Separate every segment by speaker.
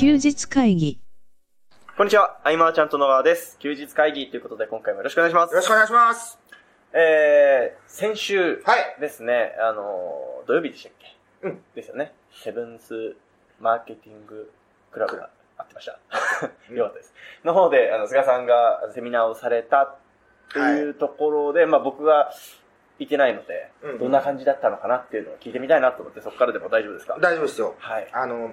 Speaker 1: 日会議。
Speaker 2: こんにちは、アイマーちゃんと野川です。休日会議ということで今回もよろしくお願いします。
Speaker 3: よろしくお願いします。
Speaker 2: えー、先週
Speaker 3: はい。
Speaker 2: ですね、あのー、土曜日でしたっけ
Speaker 3: うん。
Speaker 2: ですよね。セブンスマーケティングクラブがあってました。よかったです。の方で、あの、菅さんがセミナーをされたっていうところで、まあ僕がいてないので、
Speaker 3: うんうん
Speaker 2: どんな感じだったのかなっていうのを聞いてみたいなと思って、そこからでも大丈夫ですか
Speaker 3: 大丈夫ですよ。
Speaker 2: はい。
Speaker 3: あの、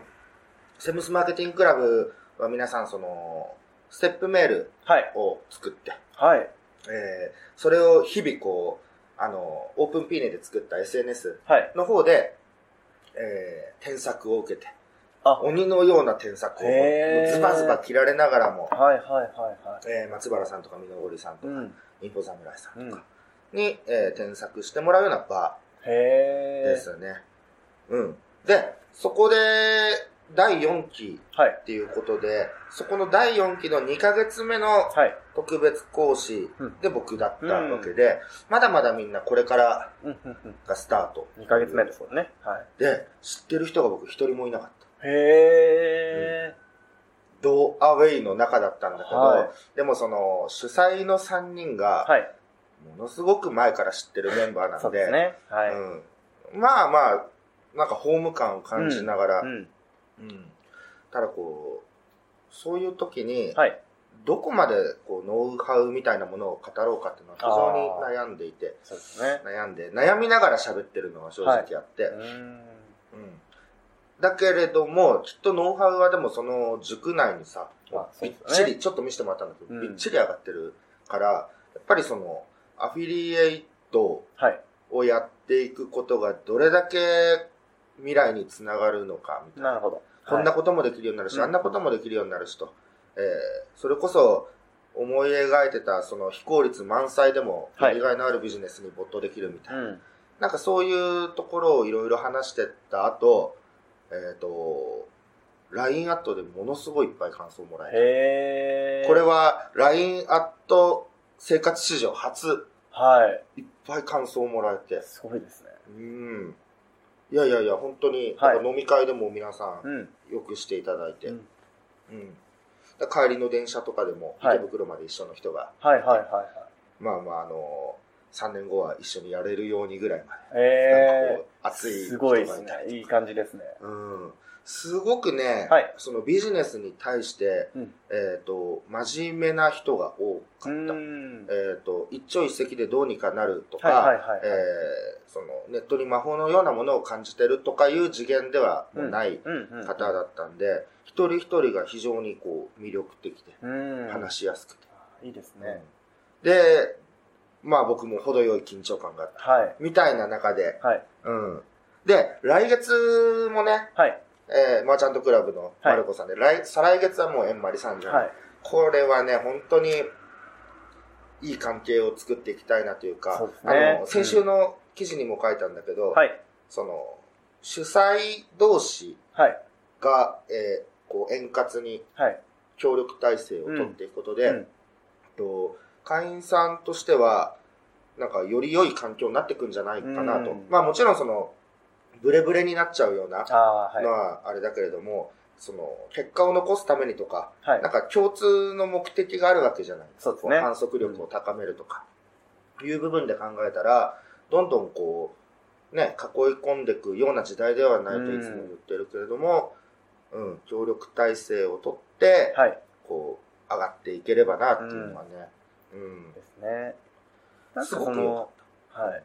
Speaker 3: セブンスマーケティングクラブは皆さん、その、ステップメール
Speaker 2: はい。
Speaker 3: を作って、
Speaker 2: はい。
Speaker 3: えーそれを日々こう、あの、オープンピーネで作った SNS
Speaker 2: はい。
Speaker 3: の方で、えー添削を受けて、
Speaker 2: あ
Speaker 3: 鬼のような添削を、
Speaker 2: へー
Speaker 3: ズバズバ切られながらも、
Speaker 2: はいはいはいはい。
Speaker 3: えー松原さんとか、みのごりさんと
Speaker 2: う
Speaker 3: か、
Speaker 2: ん。
Speaker 3: インフォ侍さん
Speaker 2: うん。
Speaker 3: に、えー添削してもらうような場
Speaker 2: へー。
Speaker 3: ですよね。うん。で、そこで、第4期
Speaker 2: はい。
Speaker 3: っていうことで、そこの第4期の2ヶ月目の
Speaker 2: はい。
Speaker 3: 特別講師
Speaker 2: うん
Speaker 3: で僕だったわけで、まだまだみんなこれから
Speaker 2: うんうんうん。
Speaker 3: がスタート。
Speaker 2: 2ヶ月目ですもんね。はい。
Speaker 3: で、知ってる人が僕一人もいなかった。
Speaker 2: へ
Speaker 3: ドアウェイの中だったんだけど、
Speaker 2: はい
Speaker 3: でもその主催の3人
Speaker 2: ー。
Speaker 3: が、
Speaker 2: はい。
Speaker 3: ものすごく前から知ってるメンバーな
Speaker 2: そ
Speaker 3: ん
Speaker 2: う
Speaker 3: で、
Speaker 2: ですね。はい。
Speaker 3: うん、まあまあ、なんかホーム感を感じながら、
Speaker 2: うん。
Speaker 3: うん、ただこうそういう時に、
Speaker 2: はい。
Speaker 3: どこまでこうノウハウみたいなものを語ろうかっていうのは非常に悩んでいて
Speaker 2: そうですね。
Speaker 3: 悩んで悩みながら喋ってるのが正直あって、
Speaker 2: うーん。
Speaker 3: うん、だけれどもきっとノウハウはでもその塾内にさ、
Speaker 2: まあそう
Speaker 3: びっ
Speaker 2: です
Speaker 3: ち
Speaker 2: よ
Speaker 3: り
Speaker 2: ね
Speaker 3: ちょっと見せてもらったんだけど、
Speaker 2: うん
Speaker 3: びっちり上がってるからやっぱりそのアフィリエイト
Speaker 2: はい。
Speaker 3: をやっていくことがどれだけ未来につながるのかみたいな
Speaker 2: なるほど。
Speaker 3: こんなこともできるようになるし、
Speaker 2: うん
Speaker 3: あんなこともできるようになるしと。えーそれこそ、思い描いてた、その非効率満載でも、
Speaker 2: は
Speaker 3: や
Speaker 2: い
Speaker 3: りがいのあるビジネスに没頭できるみたいな。
Speaker 2: はいうん。
Speaker 3: なんかそういうところをいろいろ話してった後、えっ、と、LINE アットでものすごいいっぱい感想をもら
Speaker 2: へ
Speaker 3: え
Speaker 2: ー。
Speaker 3: た。これ。は LINE アット生活史上初、
Speaker 2: はい。
Speaker 3: いっぱい感想をもらえて。
Speaker 2: すごいですね。
Speaker 3: うん。いやいやいや、本当に、
Speaker 2: はい
Speaker 3: なんか飲み会でも皆さん、
Speaker 2: うん。
Speaker 3: よくしていただいて、
Speaker 2: う
Speaker 3: うんんだから帰りの電車とかでも
Speaker 2: はい
Speaker 3: 池袋まで一緒の人が、
Speaker 2: はいはいは
Speaker 3: まあまあ、あの3年後は一緒にやれるようにぐらいま
Speaker 2: いはい。
Speaker 3: で、なんか
Speaker 2: へ
Speaker 3: こう熱い
Speaker 2: ー。す
Speaker 3: 人
Speaker 2: ご
Speaker 3: が
Speaker 2: い
Speaker 3: い
Speaker 2: で
Speaker 3: た
Speaker 2: す
Speaker 3: り
Speaker 2: ね。いい感じですね。
Speaker 3: うん、すごくね、
Speaker 2: はい
Speaker 3: そのビジネスに対して、
Speaker 2: うん
Speaker 3: えー、と真面目な人が多
Speaker 2: う
Speaker 3: かった、
Speaker 2: ーん。
Speaker 3: えー、と一朝一夕でどうにかなるとか、
Speaker 2: はいはいはいはい
Speaker 3: えーそのネットに魔法のようなものを感じてるとかいう次元ではもうない、
Speaker 2: うんうん。
Speaker 3: 方だったんで、一人一人が非常にこう魅力的で、
Speaker 2: うん。
Speaker 3: 話しやすくて。
Speaker 2: いいですね。
Speaker 3: で、まあ僕も程よい緊張感があった。
Speaker 2: はい。
Speaker 3: みたいな中で、
Speaker 2: はい。
Speaker 3: うん。で、来月もね、
Speaker 2: はい。
Speaker 3: えーマーチャントクラブのマルコさんで、来、再来月はもうエンマリさんじゃん。
Speaker 2: はい。
Speaker 3: これはね、本当に、いい関係を作っていきたいなというか、
Speaker 2: そうですね
Speaker 3: あの、先週の記事にも書いたんだけど、
Speaker 2: はい。
Speaker 3: その、主催同士
Speaker 2: はい。
Speaker 3: が、えーこう円滑に
Speaker 2: はい。
Speaker 3: 協力体制を取っていくことで、
Speaker 2: うん
Speaker 3: と会員さんとしてはなんかより良い環境になっていくんじゃないかなと、
Speaker 2: うん
Speaker 3: まあもちろんそのブレブレになっちゃうような
Speaker 2: ああー、はい
Speaker 3: の。はあれだけれども、その結果を残すためにとか、
Speaker 2: はい
Speaker 3: なん。か共通の目的があるわけじゃない
Speaker 2: そうですね
Speaker 3: こ反則力を高めるとか、いう部分で考えたらどんどんこうね囲い込んでいくような時代ではないといつも言ってるけれども、うん協力体制をとって、
Speaker 2: はい。
Speaker 3: こう上がっていければなっていうのはね、うん
Speaker 2: ですね。なんか
Speaker 3: す
Speaker 2: そ
Speaker 3: ごくよ
Speaker 2: の、は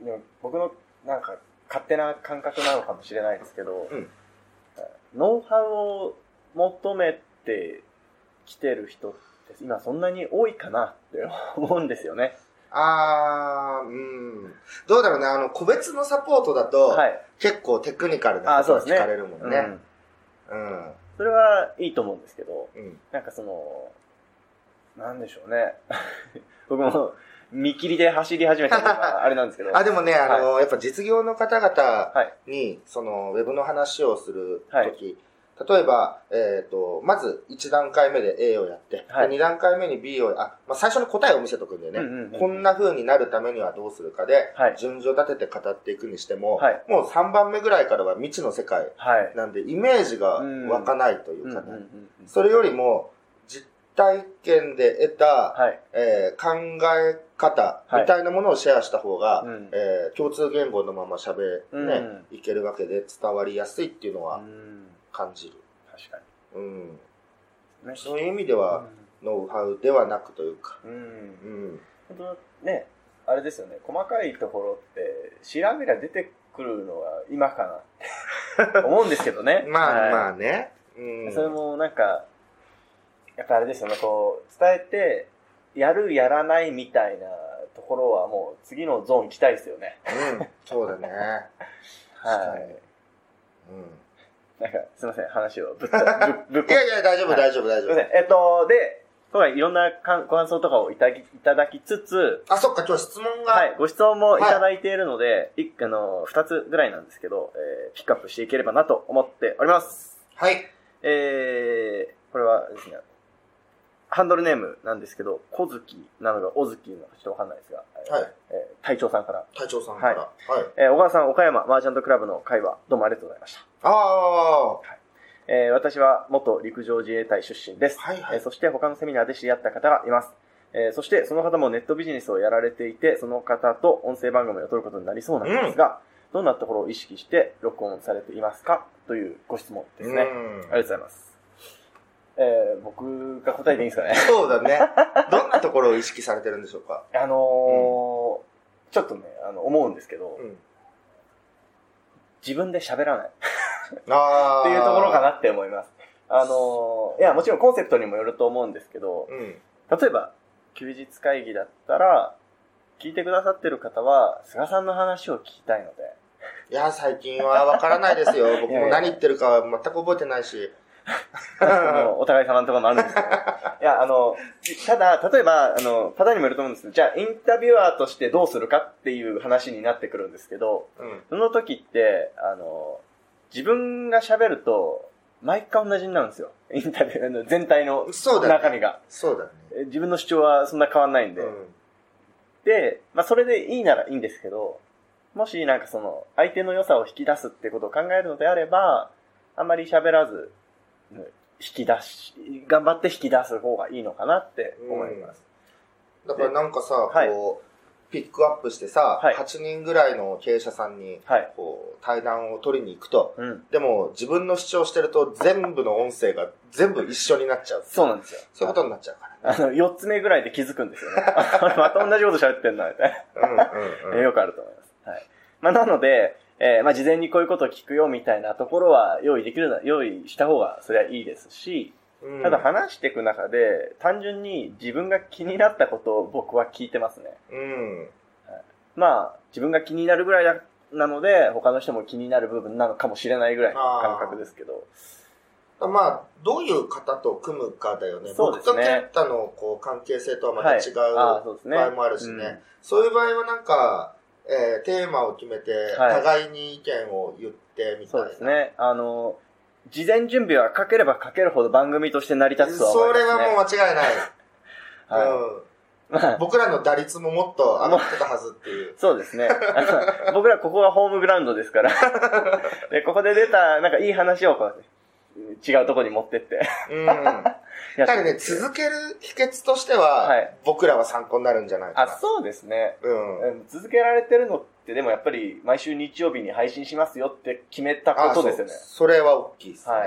Speaker 2: い。でも僕の、なんか、勝手な感覚なのかもしれないですけど、
Speaker 3: うん
Speaker 2: ノウハウを求めてきてる人って、今そんなに多いかなって思うんですよね。
Speaker 3: あーうんどうだろうねあの個別のサポートだと、
Speaker 2: はい。
Speaker 3: 結構テクニカル
Speaker 2: あ
Speaker 3: な
Speaker 2: ー
Speaker 3: こと
Speaker 2: そう
Speaker 3: が
Speaker 2: です
Speaker 3: 聞
Speaker 2: ね
Speaker 3: かれるも
Speaker 2: うん
Speaker 3: ね
Speaker 2: ん。
Speaker 3: うん、うん
Speaker 2: それはいいと思うんですけど、なんかその、なんでしょうね。 僕も見切りで走り始めたのがあれなんですけど。
Speaker 3: あでもね、あのやっぱ実業の方々
Speaker 2: はい。
Speaker 3: にそのウェブの話をする時、例えば、えっ、と、まず1段階目で A をやって、
Speaker 2: はい
Speaker 3: 2段階目に B を、あ、まあ、最初に答えを見せとくんだよね。
Speaker 2: うんうんうん
Speaker 3: こんな風になるためにはどうするかで、
Speaker 2: はい
Speaker 3: 順序立てて語っていくにしても、
Speaker 2: はい
Speaker 3: もう3番目ぐらいからは未知の世界
Speaker 2: はい。
Speaker 3: なんで、イメージが湧かないといううんかね。
Speaker 2: うんうんうん
Speaker 3: それよりも、実体験で得た、
Speaker 2: はい。
Speaker 3: えー考え方みたいなものをシェアした方が、
Speaker 2: うん
Speaker 3: えー共通言語のまま喋ね、いけるわけで伝わりやすいっていうのは
Speaker 2: うん
Speaker 3: 感じる。
Speaker 2: 確か
Speaker 3: うん、
Speaker 2: に。ね
Speaker 3: そういう意味では、ノウハウではなくというか。
Speaker 2: うんうん
Speaker 3: うん、
Speaker 2: 本当ねあれですよね細かいところって調べりゃ出てくるのは今かなって思うんですけどね
Speaker 3: まあ、
Speaker 2: はい
Speaker 3: まあね。うん、
Speaker 2: それもなんかやっぱあれですよねこう伝えてやるやらないみたいなところはもう次のゾーン行きたいですよね
Speaker 3: うん、そうだね。
Speaker 2: はい
Speaker 3: 確かにうん
Speaker 2: なんかすいません話をぶ っ飛ぶぶっ
Speaker 3: い
Speaker 2: 飛
Speaker 3: やいや、大丈夫、
Speaker 2: はい
Speaker 3: 大丈夫、大
Speaker 2: すいま
Speaker 3: 丈夫
Speaker 2: せん。えっとで今回いろんなかんご感想とかをいただきいただきつつ
Speaker 3: あ、そっか、今日質問が。
Speaker 2: はい、ご質問もいただいているので、い、あの、二つぐらいなんですけど、えーピックアップしていければなと思っております。
Speaker 3: はい。
Speaker 2: えー、これはですね、ハンドルネームなんですけど、小月なのが小月のちょっとわかんないですが、えー
Speaker 3: はい。
Speaker 2: えー隊長さんから、
Speaker 3: 隊長さんから。はい。
Speaker 2: えー小川さん、岡山マーチャントクラブの会話、どうもありがとうございました。
Speaker 3: ああ、は
Speaker 2: えー私は元陸上自衛隊出身です。
Speaker 3: いは
Speaker 2: えー
Speaker 3: い。
Speaker 2: そして他のセミナーで知り合った方がいます。えーそしてその方もネットビジネスをやられていて、その方と音声番組を撮ることになりそうなんですが、どんなところを意識して録音されていますかというご質問ですね。あ
Speaker 3: うん
Speaker 2: りがとうございます。えー僕が答えていいんですかね
Speaker 3: そうだね。どんなところを意識されてるんでしょうか。
Speaker 2: あのーちょっとね、あの、思うんですけど、
Speaker 3: うん。
Speaker 2: 自分で喋らないっ
Speaker 3: ああ。
Speaker 2: ていうところかな。って思います。あのーいや、もちろんコンセプトにもよると思うんですけど、
Speaker 3: うん。
Speaker 2: 例えば休日会議だったら聞いてくださってる方は菅さんの話を聞きたいので
Speaker 3: いや、最近はわからないですよ。僕
Speaker 2: いやい
Speaker 3: も
Speaker 2: や
Speaker 3: 何言ってるかは全く覚えてないし。
Speaker 2: あのお互い様のところもあるん ですけどいやあのただ例えばあのパターンにもよると思うんですけどじゃあインタビュアーとしてどうするかっていう話になってくるんですけど
Speaker 3: うん。
Speaker 2: その時ってあの自分が喋ると毎回同じになるんですよインタビューあの全体の
Speaker 3: そうだね
Speaker 2: 中身が、
Speaker 3: そうだね。
Speaker 2: え自分の主張はそんな変わんないんで、
Speaker 3: うん。
Speaker 2: で、まあ、それでいいならいいんですけど、もしなんかその、相手の良さを引き出すってことを考えるのであれば、あまり喋らず、うん引き出し、頑張って引き出す方がいいのかなって思います。
Speaker 3: だからなんかさ、
Speaker 2: はい
Speaker 3: こう、ピックアップしてさ、
Speaker 2: はい
Speaker 3: 8人ぐらいの経営者さんに、
Speaker 2: はい。
Speaker 3: こう、対談を取りに行くと。
Speaker 2: うん。
Speaker 3: でも、自分の主張してると、全部の音声が全部一緒になっちゃう。
Speaker 2: そうなんですよ。
Speaker 3: そういうことになっちゃうか
Speaker 2: あの、4つ目ぐらいで気づくんですよね。 あれまた同じこと喋ってんな、みたい
Speaker 3: ら。うんうん
Speaker 2: な。よくあると思います。はい。まあ、なので、えーまあ、事前にこういうことを聞くよみたいなところは用意できるな、用意した方がそれはいいですし、
Speaker 3: うん。
Speaker 2: ただ話していく中で、単純に自分が気になったことを僕は聞いてますね。
Speaker 3: うん。
Speaker 2: まあ、自分が気になるぐらいだなので、他の人も気になる部分なのかもしれないぐらいの感覚ですけど。
Speaker 3: まあ、どういう方と組むかだよね。
Speaker 2: そうですね
Speaker 3: 僕と健太のこう関係性とはまた違う
Speaker 2: ああそうですね
Speaker 3: 場合もあるしね。そういう場合はなんか、えーテーマを決めて、
Speaker 2: はい
Speaker 3: 互いに意見を言って
Speaker 2: うん
Speaker 3: みたい
Speaker 2: そ
Speaker 3: な。
Speaker 2: うですね。あの、事前準備はかければかけるほど番組として成り立つとは思い
Speaker 3: そ
Speaker 2: ます、
Speaker 3: れ
Speaker 2: ね。
Speaker 3: はもう間違いない。
Speaker 2: は
Speaker 3: うん
Speaker 2: い。まあ
Speaker 3: 僕らの打率ももっと上がってたはずっていう。
Speaker 2: そうですね。あの僕らここがホームグラウンドですから。で、ここで出た、なんかいい話をこう、違うところに持ってって。
Speaker 3: うん。た
Speaker 2: やって
Speaker 3: だね、続ける秘訣としては、
Speaker 2: はい
Speaker 3: 僕らは参考になるんじゃないか
Speaker 2: あ、
Speaker 3: な。
Speaker 2: そうですね。
Speaker 3: うん。
Speaker 2: うん続けられてるのってでもやっぱり毎週日曜日に配信しますよって決めたことですよね
Speaker 3: あ。そうそれは大きいですね。
Speaker 2: は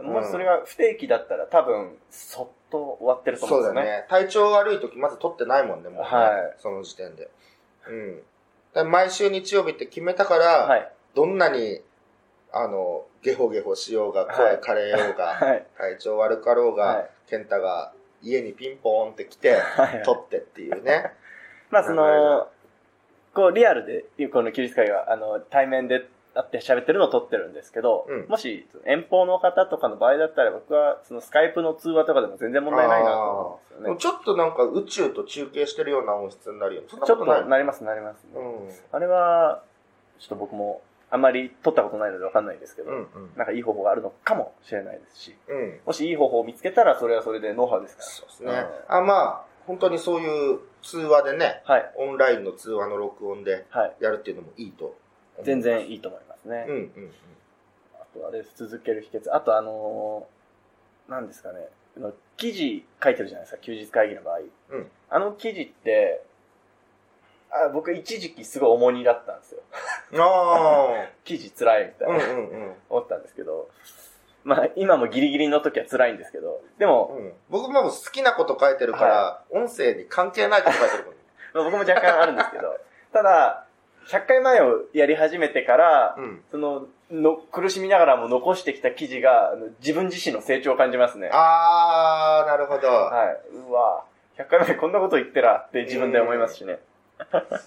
Speaker 2: い。も
Speaker 3: うん
Speaker 2: しそれが不定期だったら多分そっと終わってると思
Speaker 3: そううん
Speaker 2: です
Speaker 3: だ
Speaker 2: よね。
Speaker 3: ね。体調悪い時まず取ってないもんね、もう、ね。
Speaker 2: はい
Speaker 3: その時点で。うん。だから毎週日曜日って決めたから、
Speaker 2: はい。
Speaker 3: どんなに、あの、ゲホゲホしようが、
Speaker 2: は
Speaker 3: 声
Speaker 2: い
Speaker 3: 枯れようが、
Speaker 2: はい。
Speaker 3: 体調悪かろうが、
Speaker 2: はい
Speaker 3: 健太が家にピンポーンって来て、
Speaker 2: はい
Speaker 3: 取ってってい うね。
Speaker 2: まあそ
Speaker 3: なるほど
Speaker 2: の、こうリアルで、この休日会は、あの、対面で会って喋ってるのを撮ってるんですけど、
Speaker 3: うん
Speaker 2: もし遠方の方とかの場合だったら僕はそのスカイプの通話とかでも全然問題ないなと思うんですよね。
Speaker 3: ちょっとなんか宇宙と中継してるような音質になるよね。そんな
Speaker 2: ち
Speaker 3: こ
Speaker 2: ょっ
Speaker 3: とない。
Speaker 2: となりますなりますね、
Speaker 3: うん。
Speaker 2: あれは、ちょっと僕もあんまり取ったことないのでわかんないですけど、
Speaker 3: うんうん。
Speaker 2: なんかいい方法があるのかもしれないですし、
Speaker 3: うん。
Speaker 2: もしいい方法を見つけたら、それはそれでノウハウですか
Speaker 3: そうですね。あ、まあ、本当にそういう通話でね、
Speaker 2: ら。はい。
Speaker 3: オンラインの通話の録音で
Speaker 2: はい。
Speaker 3: やるっていうのもいいと。
Speaker 2: 全。然いいと思いますね。
Speaker 3: うんうん
Speaker 2: あとあれです、続ける秘訣。あとあのー、なんですかね、あの記事書いてるじゃないですか、休日会議の場合。
Speaker 3: うん
Speaker 2: あの記事って、あ僕一時期すごい重荷だったんですよ。
Speaker 3: うん。あ
Speaker 2: 記事辛いみた
Speaker 3: あ。
Speaker 2: い
Speaker 3: うん
Speaker 2: な、
Speaker 3: うんうん。
Speaker 2: 思ったんですけど、まあ今もギリギリの時は辛いんですけど、でも、
Speaker 3: うん、僕も好きなこと書いてるから、音声に関係ないこと書いてるもんね。
Speaker 2: まあ僕も若干あるんですけ ど、ただ、100回前をやり始めてから、
Speaker 3: うん。
Speaker 2: そのの、苦しみながらも残してきた記事が、あの自分自身の成長を感じますね。
Speaker 3: あー、なるほど。
Speaker 2: はいうわ100回目こんなこと言ってらって自分で思いますしね、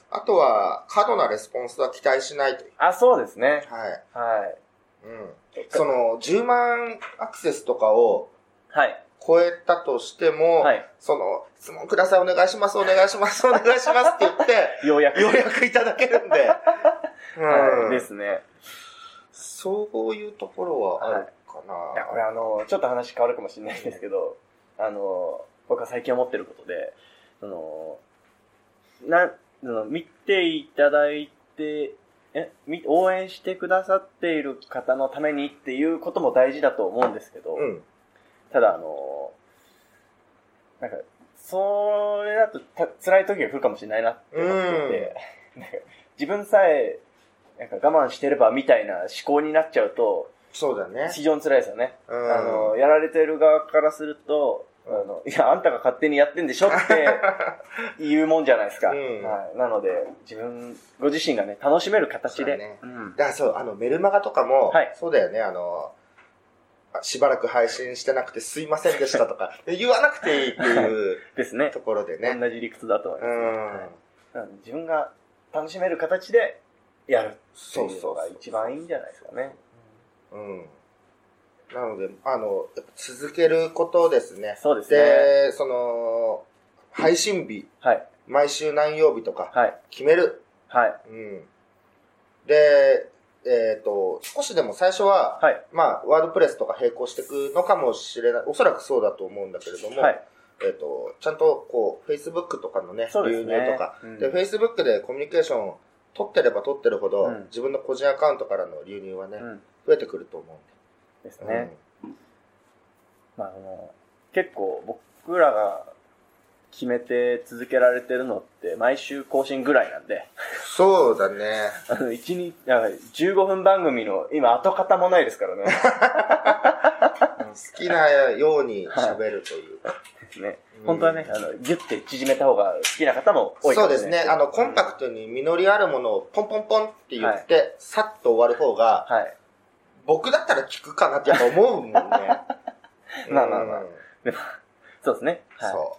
Speaker 3: あとは、過度なレスポンスは期待しないという。
Speaker 2: あそうですね
Speaker 3: はい。
Speaker 2: はい
Speaker 3: うん。その、10万アクセスとかを
Speaker 2: はい
Speaker 3: 超えたとしても、
Speaker 2: はい
Speaker 3: その、質問ください、お願いします、お願いします、お願いしますって言 って、
Speaker 2: ようやく、
Speaker 3: ようやくいただけるんで。
Speaker 2: はい、
Speaker 3: う
Speaker 2: で
Speaker 3: ん。
Speaker 2: すね
Speaker 3: そういうところはあるかな。
Speaker 2: いやこれあのちょっと話変わるかもしれないんですけどあの僕は最近思ってることでそのなんその見ていただいてえみ応援してくださっている方のためにっていうことも大事だと思うんですけど、
Speaker 3: うん。
Speaker 2: ただ、あのなんか、それだとた辛い時が来るかもしれないなって思っていて、なんか自分さえ、なんか我慢してればみたいな思考になっちゃうと、
Speaker 3: そうだね。
Speaker 2: 非常に辛いですよね。
Speaker 3: あ
Speaker 2: あの、やられてる側からすると、あの、いや、あんたが勝手にやってんでしょ って言うもんじゃないですか。
Speaker 3: うん
Speaker 2: はい、なので、自分、ご自身がね、楽しめる形
Speaker 3: そうだ
Speaker 2: で。
Speaker 3: ね
Speaker 2: うん
Speaker 3: だからそう、あの、メルマガとかも、
Speaker 2: はい
Speaker 3: そうだよね、あの、あしばらく配信してなくてすいませんでした とか、言わなくていいっていう
Speaker 2: ですね
Speaker 3: と。ころ でね。
Speaker 2: 同じ理屈だと思いうますね、はいだ
Speaker 3: ん。
Speaker 2: から自分が楽しめる形でやるって
Speaker 3: そう
Speaker 2: いう
Speaker 3: そ
Speaker 2: の
Speaker 3: う
Speaker 2: が。一番いいんじゃないですかね。
Speaker 3: うん。なので、あの、やっぱ続けることですね。
Speaker 2: そうですね。
Speaker 3: で、その、配信日、
Speaker 2: はい。
Speaker 3: 毎週何曜日とか
Speaker 2: はい。
Speaker 3: 決める。
Speaker 2: はい。
Speaker 3: うん。で、えっ、と、少しでも最初は、
Speaker 2: はい。
Speaker 3: まあ、ワードプレスとか並行していくのかもしれない。おそらくそうだと思うんだけれども、
Speaker 2: はい。
Speaker 3: えっ、と、ちゃんとこう、Facebook とかのね、
Speaker 2: そうで
Speaker 3: 流
Speaker 2: す
Speaker 3: 入
Speaker 2: ね。
Speaker 3: とか。
Speaker 2: うん
Speaker 3: で、Facebook でコミュニケーションを取ってれば取ってるほど、
Speaker 2: うん
Speaker 3: 自分の個人アカウントからの流入はね、
Speaker 2: うん
Speaker 3: 増えてくると思う
Speaker 2: です
Speaker 3: んで。
Speaker 2: ね。まあ、あの、結構僕らが決めて続けられてるのって毎週更新ぐらいなんで、
Speaker 3: うんそうだね。
Speaker 2: あの、一日、あ15分番組の今跡形もないですからね。
Speaker 3: 好きなように喋るというか。
Speaker 2: ね
Speaker 3: う ん
Speaker 2: 本当はね、あの、ギュッて縮めた方が好きな方も多いか
Speaker 3: そう
Speaker 2: もしれない
Speaker 3: ですね。あの、コンパクトに実りあるものをポンポンポンって言って、さっと終わる方が、
Speaker 2: はい。
Speaker 3: 僕だったら聞くかなってやっぱ思 うもんね。まあ
Speaker 2: まあまあまあそうですね。はい。
Speaker 3: そ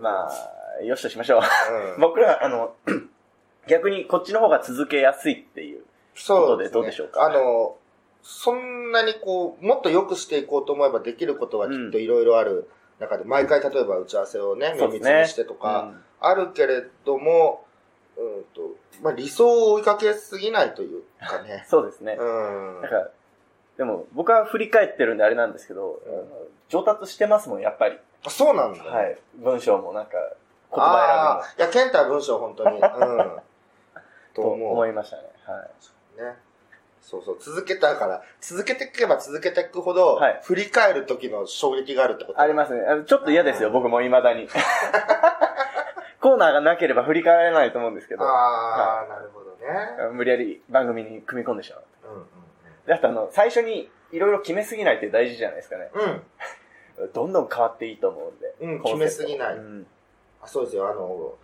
Speaker 2: まあ、よしとしましょう。
Speaker 3: う。うん
Speaker 2: 僕ら、あの、 逆にこっちの方が続けやすいっていう。
Speaker 3: そう
Speaker 2: ことでどうでしょうか
Speaker 3: あの、そんなにこう、もっと良くしていこうと思えばできることはきっといろいろある中で、毎回例えば打ち合わせをね、
Speaker 2: そ
Speaker 3: 密
Speaker 2: うです
Speaker 3: に
Speaker 2: ね
Speaker 3: してとか、あるけれども、うんと、まあ理想を追いかけすぎないというか
Speaker 2: うん 。
Speaker 3: ね
Speaker 2: そうですね
Speaker 3: う。ん
Speaker 2: なん。か、でも僕は振り返ってるんであれなんですけど、
Speaker 3: うん
Speaker 2: あの上達してますもん、やっぱり。
Speaker 3: あそうなんだ。
Speaker 2: は。い。文章もなんか、言
Speaker 3: あ
Speaker 2: 葉
Speaker 3: あ、いや、ケンタは文章 本当に、うん。と
Speaker 2: 選びも、と
Speaker 3: 思う
Speaker 2: 思。いましたね。はい。
Speaker 3: ね。そうそう、続けたから、続けていけば続けていくほど、
Speaker 2: はい
Speaker 3: 振り返る時の衝撃があるってこと
Speaker 2: ありますね。あのちょっと嫌ですよ、僕も未だ に。コーナーがなければ振り返らないと思うんですけど、
Speaker 3: ああ、なるほどね。
Speaker 2: 無理やり番組に組み込んでしまう。
Speaker 3: う
Speaker 2: であとあの、最初にいろいろ決めすぎないって大事じゃないですかね。
Speaker 3: んうんうん。
Speaker 2: どんどん変わっていいと思うんで。
Speaker 3: うん
Speaker 2: コンセプト
Speaker 3: 決めすぎない
Speaker 2: うん
Speaker 3: あそうですよ、あの、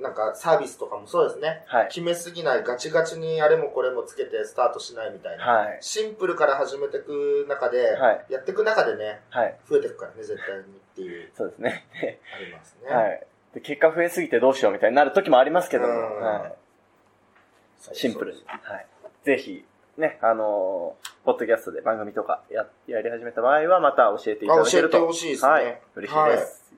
Speaker 3: なんかサービスとかもそうですね。
Speaker 2: はい。
Speaker 3: 決めすぎない、ガチガチにあれもこれもつけてスタートしないみたいな。
Speaker 2: はい。
Speaker 3: シンプルから始めていく中で、
Speaker 2: は
Speaker 3: やっていく中でね、
Speaker 2: はい。
Speaker 3: 増えていくからね、絶対にっていう、
Speaker 2: そうですね。
Speaker 3: ありますね。
Speaker 2: はい。で、結果増えすぎてどうしようみたいになる時もありますけども、
Speaker 3: うん
Speaker 2: は
Speaker 3: そうそう
Speaker 2: い。シンプルに。はい。ぜひ、ね、あのーポッドキャストで番組とかや、やり始めた場合は、また教えていただ
Speaker 3: あ、
Speaker 2: け
Speaker 3: 教え
Speaker 2: る
Speaker 3: て
Speaker 2: と。
Speaker 3: ほしいですね。
Speaker 2: はい。嬉しいで
Speaker 3: はい
Speaker 2: す。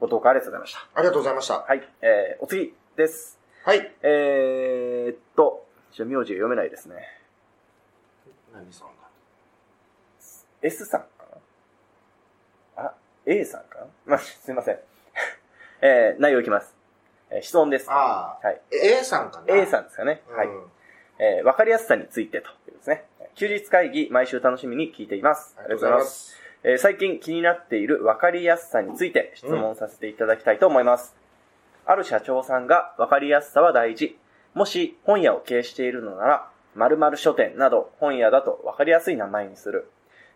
Speaker 2: ご投稿ありがとうございました。
Speaker 3: ありがとうございました。
Speaker 2: はい。えー、お次です。
Speaker 3: はい。
Speaker 2: えーっと、ちょっと名字が読めないですね。
Speaker 3: 何さんだ
Speaker 2: S さんかなあ、A さんかな まあ、すいません。えー、内容いきます。えー質問です。は
Speaker 3: ああ、
Speaker 2: い。
Speaker 3: A さんかな
Speaker 2: A さんですかね。
Speaker 3: うん。
Speaker 2: はい。えー、わかりやすさについてというですね。休日会議、毎週楽しみに聞いています。
Speaker 3: ありがとうございま。す。
Speaker 2: えー最近気になっている分かりやすさについて質問させていただきたいと思います。ある社長さんが分かりやすさは大事。もし本屋を経営しているのなら、〇〇書店など本屋だと分かりやすい名前にする。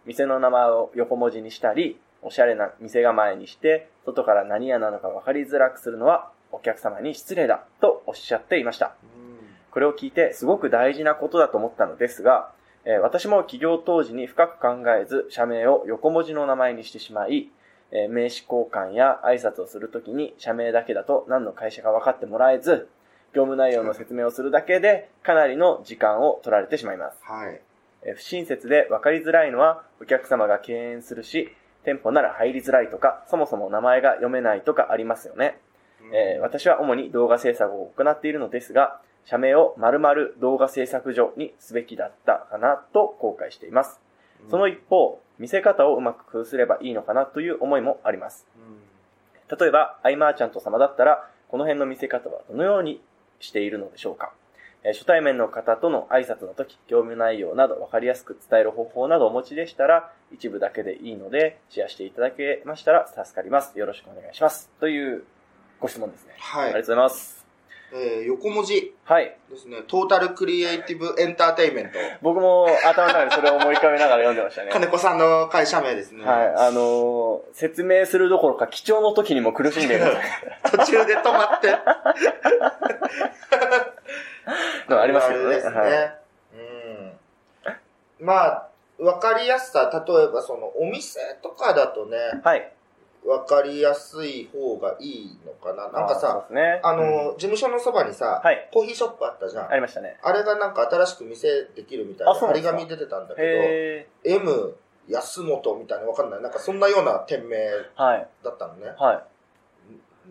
Speaker 2: 店の名前を横文字にしたり、おしゃれな店構えにして、外から何屋なのか分かりづらくするのはお客様に失礼だとおっしゃっていました。
Speaker 3: うん
Speaker 2: これを聞いてすごく大事なことだと思ったのですが、えー私も起業当時に深く考えず、社名を横文字の名前にしてしまい、えー名刺交換や挨拶をするときに社名だけだと何の会社か分かってもらえず、業務内容の説明をするだけでかなりの時間を取られてしまいます。
Speaker 3: はい。
Speaker 2: えー不親切で分かりづらいのはお客様が敬遠するし、店舗なら入りづらいとか、そもそも名前が読めないとかありますよね。えー私は主に動画制作を行っているのですが、社名を〇〇動画制作所にすべきだったかなと後悔しています。
Speaker 3: うん
Speaker 2: その一方、見せ方をうまく工夫すればいいのかなという思いもあります。例えば、アイマーチャント様だったら、この辺の見せ方はどのようにしているのでしょうかえー初対面の方との挨拶の時、業務内容など分かりやすく伝える方法などお持ちでしたら、一部だけでいいので、シェアしていただけましたら助かります。よろしくお願いします。というご質問ですね。
Speaker 3: は
Speaker 2: ありが
Speaker 3: い。
Speaker 2: とうございます。
Speaker 3: えー横文字
Speaker 2: はい。
Speaker 3: ですね。トータルクリエイティブエンターテインメント。
Speaker 2: 僕も頭の中でそれを思い浮かべながら読んでましたね。
Speaker 3: 金子さんの会社名ですね。
Speaker 2: はい。あのー説明するどころか、貴重の時にも苦しんでいる
Speaker 3: 途中で止まって。
Speaker 2: のありますよね。
Speaker 3: ですね。
Speaker 2: はい。
Speaker 3: うん。まあ、わかりやすさ、例えばそのお店とかだとね、
Speaker 2: はい。
Speaker 3: わかりやすい方がいいのかな。なんか
Speaker 2: あそう
Speaker 3: さ、
Speaker 2: ですね。
Speaker 3: あの、
Speaker 2: うん
Speaker 3: 事務所のそばにさ、
Speaker 2: はい
Speaker 3: コーヒーショップあったじゃん
Speaker 2: あ。りましたね。
Speaker 3: あれがなんか新しく店できるみたいな
Speaker 2: あそう
Speaker 3: 張
Speaker 2: なん
Speaker 3: り
Speaker 2: ですか
Speaker 3: 紙出てたんだけ
Speaker 2: へ
Speaker 3: ど、M 安本みたいなわかんない。なんかそんなような店名
Speaker 2: ー。はい。
Speaker 3: だったのね。
Speaker 2: は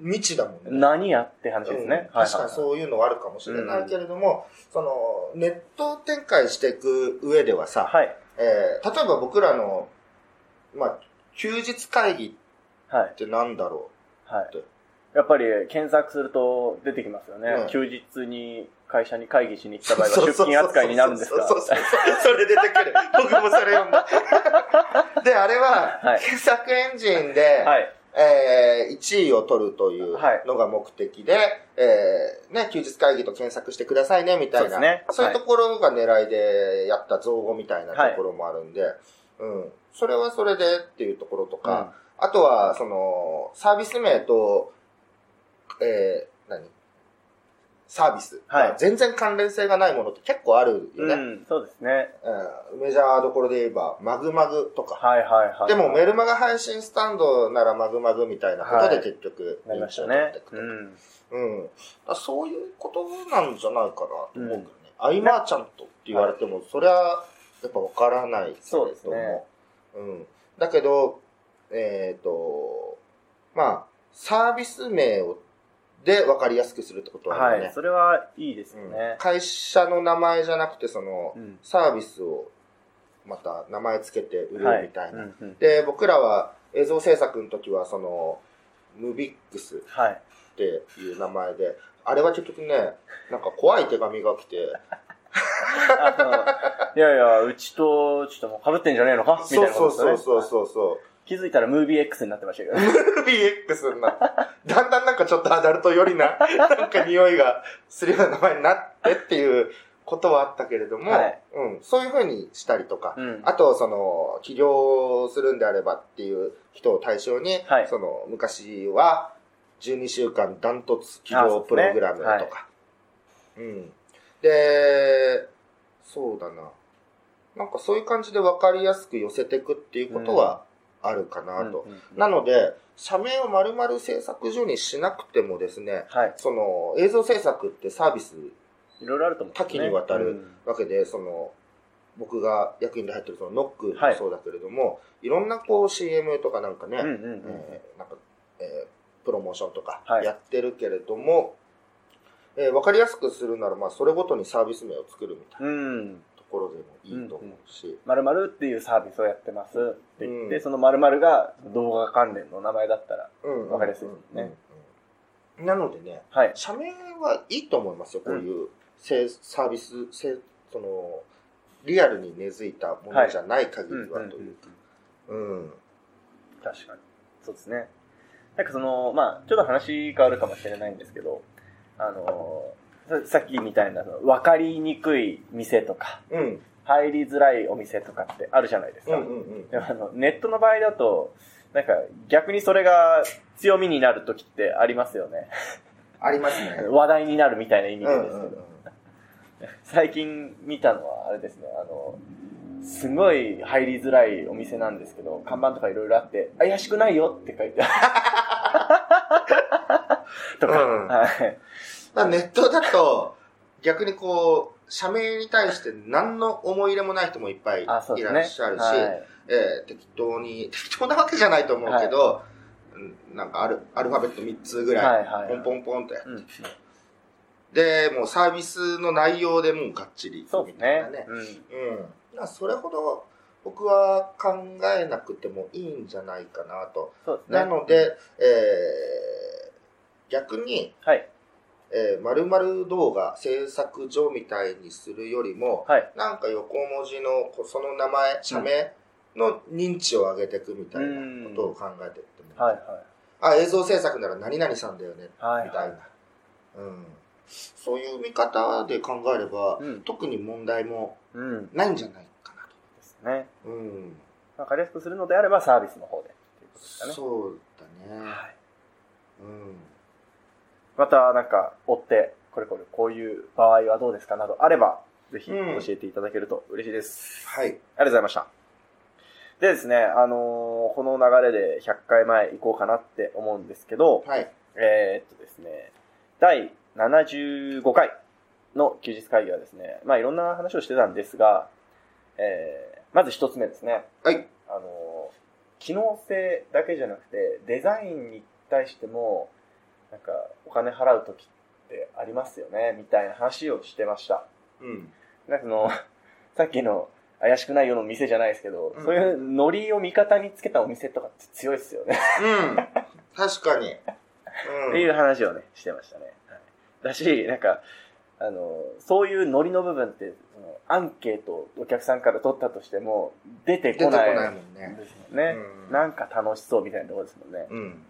Speaker 3: 未知だもんね。
Speaker 2: い。何やって話ですね。
Speaker 3: うん
Speaker 2: はい。
Speaker 3: 確かに
Speaker 2: う。
Speaker 3: そういうのはあるかもしれないけれども、そのネット展開していく上ではさ、
Speaker 2: はい。
Speaker 3: えー例えば僕らの、まあ、休日会議
Speaker 2: はい
Speaker 3: っ。てなんだろ
Speaker 2: はい。やっぱり検索すると出てきますよね。
Speaker 3: うん
Speaker 2: 休日に会社に会議しに行
Speaker 3: う
Speaker 2: った場合は出勤扱いになるんですか
Speaker 3: そうそうそうそうそれ出てくる僕もそれ読んだであれは、
Speaker 2: はい
Speaker 3: 検索エンジンで、
Speaker 2: はい。
Speaker 3: えー1位を取るという
Speaker 2: はい
Speaker 3: のが目的で、えーね、休日会議と検索してくださいね、みたいな。
Speaker 2: そうですね
Speaker 3: そういうところが狙いでやった造語みたいなところもあるんで、うん。それはそれでっていうところと
Speaker 2: うん
Speaker 3: か、あとは、その、サービス名と、えー何サービス。
Speaker 2: はい
Speaker 3: 全然関連性がないものって結構あるよね。
Speaker 2: うん。そうですね。
Speaker 3: うんメジャーどころで言えば、マグマグとか。
Speaker 2: はいはいはい。
Speaker 3: でもメルマガ配信スタンドならマグマグみたいなことで
Speaker 2: はい
Speaker 3: 結局、
Speaker 2: なりました
Speaker 3: 認
Speaker 2: ね
Speaker 3: 知を取ってい。くと
Speaker 2: うん。
Speaker 3: うん。だからそういうことなんじゃないかなと思うけどね。アイ
Speaker 2: ね
Speaker 3: マーちゃんとって言われても、そりゃ、やっぱわからないけれども
Speaker 2: そうですね。
Speaker 3: うん。だけど、えっ、と、まあ、サービス名を、で分かりやすくするってことは
Speaker 2: はい
Speaker 3: ね。。
Speaker 2: それはいいですよ
Speaker 3: うん
Speaker 2: ね。
Speaker 3: 会社の名前じゃなくて、その、
Speaker 2: うん。
Speaker 3: サービスを、また名前つけて売
Speaker 2: は
Speaker 3: るみ
Speaker 2: い。
Speaker 3: たいな
Speaker 2: う。んうん
Speaker 3: で、僕らは映像制作の時は、その、ムビックスっ
Speaker 2: はい。
Speaker 3: ていう名前で、あれは結局ね、なんか怖い手紙が来て、
Speaker 2: あのいやいや、うちと、ちょっともう被ってんじゃねえのかみたい
Speaker 3: そう
Speaker 2: なこ
Speaker 3: そ
Speaker 2: と
Speaker 3: う
Speaker 2: ですよね。
Speaker 3: そうそうそうそ
Speaker 2: 気づいたらムービー X になってましたけどね。
Speaker 3: う、 ムビックスになって、だんだんなんかちょっとアダルトより な、なんか匂いがするような名前になってっていうことはあったけれども、
Speaker 2: はい
Speaker 3: うん、そういうふうにしたりとか、
Speaker 2: うん。
Speaker 3: あと、その、起業するんであればっていう人を対象に、
Speaker 2: はい
Speaker 3: その、昔は、12週間ダントツ起業プログラムとか。
Speaker 2: あそうで
Speaker 3: うん。で、そうだな。なんかそういう感じで分かりやすく寄せていくっていうことはあるかなと。
Speaker 2: うんうん
Speaker 3: なので、社名を丸々制作所にしなくてもですね、
Speaker 2: はい。
Speaker 3: その、映像制作ってサービス
Speaker 2: いろいろあると思うんですよね。
Speaker 3: 多岐にわたる
Speaker 2: うん
Speaker 3: わけで、その、僕が役員で入ってるそのノックもそうだけれども、い、ろんなこう CM とかなんかね、
Speaker 2: うんうんうん。
Speaker 3: えーなんか、えープロモーションとか
Speaker 2: はい
Speaker 3: やってるけれども、えーわかりやすくするなら、まあ、それごとにサービス名を作るみたいな
Speaker 2: うん。
Speaker 3: ところでもいいと思うし、
Speaker 2: 〇〇っていうサービスをやってますって言って、
Speaker 3: うん
Speaker 2: その〇〇が動画関連の名前だったら、
Speaker 3: うんうん
Speaker 2: わかりやすいですね。
Speaker 3: うんうんなのでね、
Speaker 2: はい。
Speaker 3: 社名はいいと思いますよ、こういうせいサービス、せいそのリアルに根付いたものじゃない限りはというか。うん
Speaker 2: 確かに。そうですね。なんかその、まあちょっと話変わるかもしれないんですけど、あのーささっきみたいな、その分かりにくい店とか、
Speaker 3: うん
Speaker 2: 入りづらいお店とかってあるじゃないです
Speaker 3: う
Speaker 2: か。
Speaker 3: んうんうん
Speaker 2: でもあのネットの場合だと、なんか逆にそれが強みになる時ってありますよね。
Speaker 3: ありますね。
Speaker 2: 話題になるみたいな意味
Speaker 3: う
Speaker 2: で
Speaker 3: ん
Speaker 2: ですけ
Speaker 3: う
Speaker 2: ど。
Speaker 3: んうん
Speaker 2: 最近見たのはあれですねあのすごい入りづらいお店なんですけど看板とかいろいろあって「怪しくないよ」って書いてある とか、
Speaker 3: うん
Speaker 2: はい、
Speaker 3: まあネットだと、逆にこう、社名に対して何の思い入れもない人もいっぱいいら
Speaker 2: あ
Speaker 3: っ
Speaker 2: そう
Speaker 3: し
Speaker 2: で
Speaker 3: ゃ
Speaker 2: す
Speaker 3: る
Speaker 2: ね
Speaker 3: し、
Speaker 2: はい
Speaker 3: えー適当に、適当なわけじゃないと思うけど、うんなんかあるアルファベット3つぐらい、
Speaker 2: はいはいはい
Speaker 3: ポンポンポンとやっ
Speaker 2: うん、
Speaker 3: て、もうサービスの内容でもうがっちり。
Speaker 2: そうです
Speaker 3: みたい
Speaker 2: ね
Speaker 3: なね。
Speaker 2: うん、
Speaker 3: うん。まあそれほど僕は考えなくてもいいんじゃないかなと。
Speaker 2: そうですね
Speaker 3: なので、えー逆に、
Speaker 2: はい
Speaker 3: えー、〇〇動画制作所みたいにするよりも、
Speaker 2: はい
Speaker 3: なんか横文字のこその名前、社名の認知を上げていくみたいなことを考えていっても、
Speaker 2: はいは
Speaker 3: あ、映像制作なら何々さんだよね、
Speaker 2: いはい
Speaker 3: みたいな、うん。そういう見方で考えれば、
Speaker 2: うん
Speaker 3: 特に問題も
Speaker 2: うんで
Speaker 3: ないんじゃないかな
Speaker 2: すね
Speaker 3: と。うん。
Speaker 2: 分かりやすくするのであればサービスの方でっていうことですかね
Speaker 3: そうだね。
Speaker 2: はい
Speaker 3: うん。
Speaker 2: またなんか追ってこれこれこういう場合はどうですかなどあればぜひ教えていただけると嬉しいです、
Speaker 3: は
Speaker 2: あ
Speaker 3: い。
Speaker 2: りがとうございました。でですね、あのーこの流れで100回前行こうかなって思うんですけど、
Speaker 3: はい。
Speaker 2: えーっとですね、第75回の休日会議はですね、まあいろんな話をしてたんですが、えーまず一つ目ですね、
Speaker 3: はい。
Speaker 2: あのー機能性だけじゃなくて、デザインに対しても、なんかお金払うときってありますよね、みたいな話をしてました。
Speaker 3: うん。
Speaker 2: なんかその、 さっきの怪しくないよの店じゃないですけど、
Speaker 3: うん
Speaker 2: そういうノリを味方につけたお店とかって強いですよね。
Speaker 3: うん。確か に。
Speaker 2: っ
Speaker 3: う
Speaker 2: て
Speaker 3: ん
Speaker 2: いう話をね、してましたね。はいだし、なんか、あの、そういうノリの部分って、そのアンケートをお客さんから取ったとしても、出て
Speaker 3: 出て
Speaker 2: こ
Speaker 3: こ
Speaker 2: ない。
Speaker 3: ないもんね。
Speaker 2: ですもんね、
Speaker 3: うん
Speaker 2: なんか楽しそうみたいなところですもんね。
Speaker 3: うん。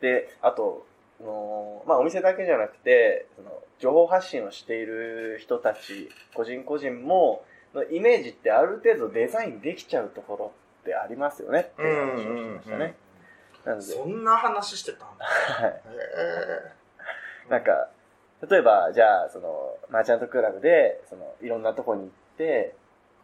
Speaker 2: で、あと、あのーまあ、お店だけじゃなくて、その、情報発信をしている人たち、個人個人も、のイメージってある程度デザインできちゃうところってありますよねっていう話をしてましたね。なので、
Speaker 3: そんな話してたんだ。
Speaker 2: はい。
Speaker 3: へ
Speaker 2: なんか、例えば、じゃあ、その、マーチャントクラブで、その、いろんなとこに行って、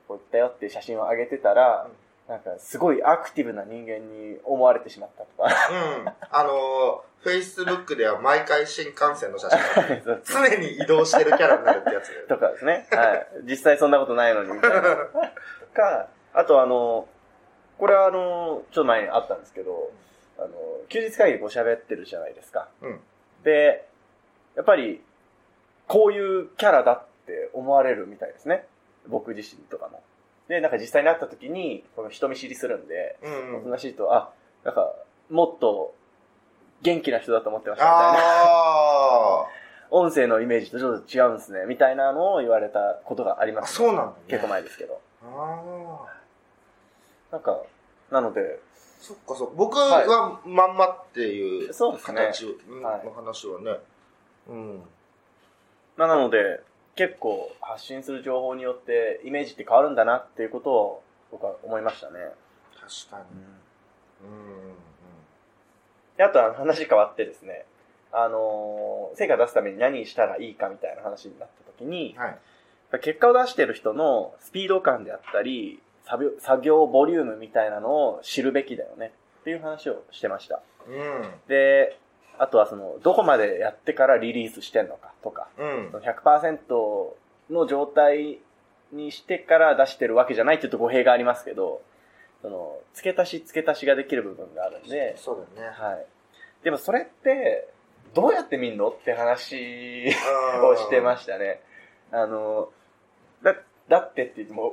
Speaker 2: こう行ったよっていう写真を上げてたら、なんか、すごいアクティブな人間に思われてしまったとか。
Speaker 3: えうん。あのー、Facebook では毎回新幹線の写真、
Speaker 2: そう
Speaker 3: 常に移動してるキャラになるってやつだ よね。
Speaker 2: とかです ね。はい。実際そんなことないのに、みたいな。か、あとあの、これはあの、ちょっと前にあったんですけど、あの、休日会議でこう喋ってるじゃないですか。
Speaker 3: うん
Speaker 2: で、やっぱり、こういうキャラだって思われるみたいですね。僕自身とかも。で、なんか実際に会った時に、この人見知りするんで、
Speaker 3: うんうん。
Speaker 2: 難しいと、あ、なんか、もっと、元気な人だと思ってましたみたいな。
Speaker 3: あ
Speaker 2: 音声のイメージとちょっと違うんですね、みたいなのを言われたことがあり
Speaker 3: ー。あ、
Speaker 2: ます、
Speaker 3: そうなんだね。
Speaker 2: 結構前ですけど。
Speaker 3: ああ。
Speaker 2: なんか、なので、
Speaker 3: そっかそっか。僕はまんまっていう
Speaker 2: そうですね
Speaker 3: 形うん
Speaker 2: はい
Speaker 3: の話はね。うん。
Speaker 2: まあなので、結構発信する情報によってイメージって変わるんだなっていうことを僕は思いましたね。
Speaker 3: 確かに。うんうん
Speaker 2: であとは話変わってですね、あのー成果出すために何したらいいかみたいな話になった時に
Speaker 3: うん。、はい。
Speaker 2: 結果を出してる人のスピード感であったり、作業作業ボリュームみたいなのを知るべきだよねっていう話をしてました。
Speaker 3: うん。
Speaker 2: で、あとはその、どこまでやってからリリースしてんのかとか、
Speaker 3: うん。
Speaker 2: 100%の状態にしてから出してるわけじゃないって言うと語弊がありますけど、その、付け足し付け足しができる部分があるんで、
Speaker 3: そうだよ ね。
Speaker 2: はい。でもそれって、どうやって見んのって話
Speaker 3: あー
Speaker 2: をしてましたね。あの、だだってって言ってもお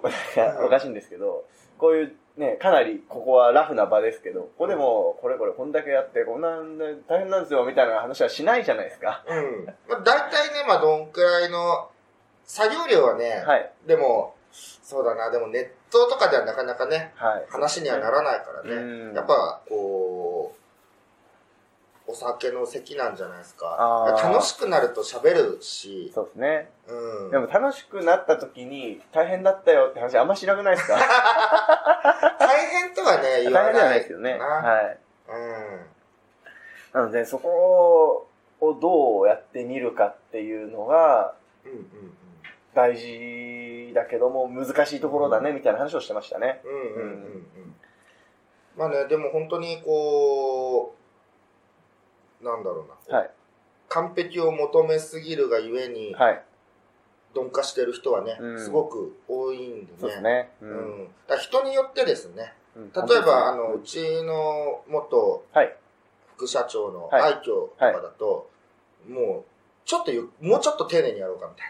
Speaker 2: かしいんですけど、こういうね、かなりここはラフな場ですけど、ここでもこれこれこんだけやって、こんなんで大変なんですよみたいな話はしないじゃないですか。
Speaker 3: うん。まあ、大体ね、まあ、どんくらいの、作業量はね、
Speaker 2: はい。
Speaker 3: でも、そうだな、でもネットとかではなかなかね、
Speaker 2: はい。
Speaker 3: 話にはならないからね。
Speaker 2: うん
Speaker 3: やっぱ、こう、お酒の席なんじゃないですか
Speaker 2: あ。ー
Speaker 3: 楽しくなると喋るし、
Speaker 2: そうですね。
Speaker 3: うん。
Speaker 2: でも楽しくなった時に大変だったよって話あんましなくないですか
Speaker 3: 大変とはね、
Speaker 2: 大変
Speaker 3: 言
Speaker 2: じ
Speaker 3: わな
Speaker 2: ゃ
Speaker 3: い。
Speaker 2: ないですけどね。
Speaker 3: な
Speaker 2: はい。
Speaker 3: うん。
Speaker 2: なので、そこをどうやって見るかっていうのが
Speaker 3: うんうん
Speaker 2: 大事だけども難しいところだねみたいな話をしてましたね。
Speaker 3: うん。うんうんうんうん。まあね、でも本当にこう、なんだろうな。
Speaker 2: はい。
Speaker 3: 完璧を求めすぎるがゆえに、
Speaker 2: はい。
Speaker 3: 鈍化してる人はね、
Speaker 2: うん
Speaker 3: すごく多いんでね。
Speaker 2: そうですね。う
Speaker 3: うん。だから人によってですね、
Speaker 2: うん
Speaker 3: 例えば、あの、うちの元
Speaker 2: はい。
Speaker 3: 副社長の
Speaker 2: はい
Speaker 3: 愛嬌とかだと、もう、ちょっとゆ、もうちょっと丁寧にやろうかみた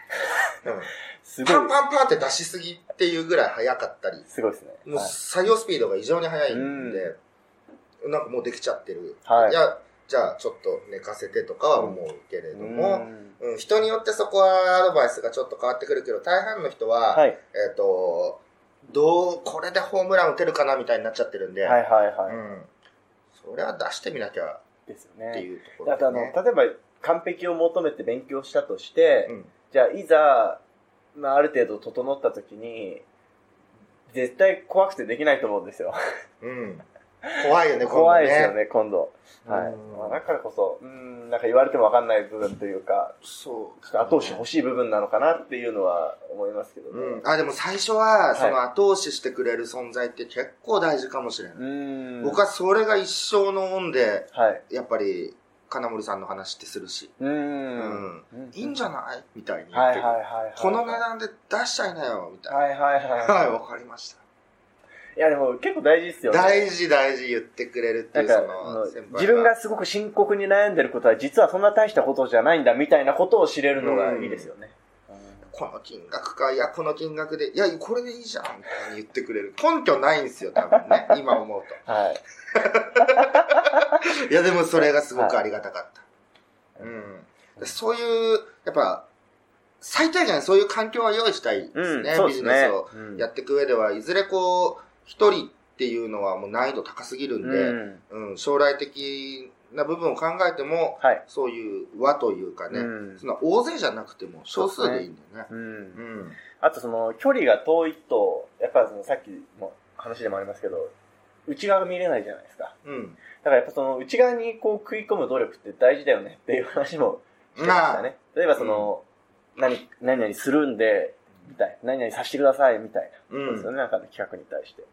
Speaker 3: いな。うん
Speaker 2: すごい
Speaker 3: パン。パンパンって出しすぎっていうぐらい早かったり、
Speaker 2: すごいですね。
Speaker 3: もう
Speaker 2: はい
Speaker 3: 作業スピードが異常に速いんで、なんかもうできちゃってる。
Speaker 2: はい
Speaker 3: や、じゃあちょっと寝かせてとかは思うけれど
Speaker 2: う
Speaker 3: も、
Speaker 2: ん
Speaker 3: うん人によってそこはアドバイスがちょっと変わってくるけど、大半の人は、
Speaker 2: はい。
Speaker 3: えっ、と、どう、これでホームラン打てるかなみたいになっちゃってるんで、
Speaker 2: はいはいは
Speaker 3: う
Speaker 2: い。
Speaker 3: ん。それは出してみなきゃ
Speaker 2: ですよ
Speaker 3: って
Speaker 2: ね。
Speaker 3: いうとこ
Speaker 2: あとあ
Speaker 3: ろ
Speaker 2: の、
Speaker 3: で、
Speaker 2: 例え
Speaker 3: ね。
Speaker 2: ば完璧を求めて勉強したとして、
Speaker 3: うん
Speaker 2: じゃあいざ、まあある程度整った時に、絶対怖くてできないと思うんですよ。
Speaker 3: うん。怖いよね、
Speaker 2: 怖いですよ
Speaker 3: ね。
Speaker 2: ね、今度。は
Speaker 3: うん
Speaker 2: い。まあだからこそ、うん、なんか言われてもわかんない部分というか、
Speaker 3: そう。
Speaker 2: ちょっと後押し欲しい部分なのかなっていうのは思いますけど
Speaker 3: うん
Speaker 2: ね。、
Speaker 3: あでも最初は
Speaker 2: はい
Speaker 3: その後押ししてくれる存在って結構大事かもしれない、
Speaker 2: うん。
Speaker 3: 僕はそれが一生の恩で
Speaker 2: はい。
Speaker 3: やっぱり金森さんの話ってするし、
Speaker 2: う。
Speaker 3: うんいいんじゃ
Speaker 2: な
Speaker 3: ないみたいに言っ
Speaker 2: はい
Speaker 3: て
Speaker 2: は
Speaker 3: く
Speaker 2: い
Speaker 3: る、
Speaker 2: はいはい。
Speaker 3: この値段で出しちゃいなよみたいな
Speaker 2: はいはいはい。
Speaker 3: はいわかりました、
Speaker 2: いやでも結構大事ですよね。
Speaker 3: 大事大事言ってくれるっ
Speaker 2: な
Speaker 3: て
Speaker 2: いん
Speaker 3: う
Speaker 2: か
Speaker 3: そ
Speaker 2: あの
Speaker 3: の先輩
Speaker 2: 自分がすごく深刻に悩んでることは実はそんな大したことじゃないんだみたいなことを知れるのがいいですよね。
Speaker 3: この金額かいやこの金額でいやこれでいいじゃんみたいに言ってくれる根拠ないんですよ多分 ね今思う
Speaker 2: はい。
Speaker 3: といやでもそれがすごくありがたかった、うんでそういう、やっぱ、最低限そういう環境は用意したいですね。
Speaker 2: うんそう
Speaker 3: ビ
Speaker 2: です
Speaker 3: ジ
Speaker 2: ね
Speaker 3: ネスを
Speaker 2: うん
Speaker 3: やっていく上では、いずれこう、一人っていうのはもう難易度高すぎるん
Speaker 2: う
Speaker 3: で、
Speaker 2: ん。
Speaker 3: うん将来的な部分を考えても、
Speaker 2: はい。
Speaker 3: そういう和というかね、
Speaker 2: うん
Speaker 3: そんな大勢じゃなくても少数でいいんだよね。
Speaker 2: うん
Speaker 3: う。ん。
Speaker 2: あとその距離が遠いと、やっぱそのさっきも話でもありますけど、内側が見れないじゃないですか。
Speaker 3: うん。
Speaker 2: だからやっぱその内側にこう食い込む努力って大事だよねっていう話もしてましたね。例えばその、何、何々するんで、みたいな。何々させてください、みたいな。
Speaker 3: う
Speaker 2: そうですよ
Speaker 3: ん。
Speaker 2: ね、なんかの企画に対して。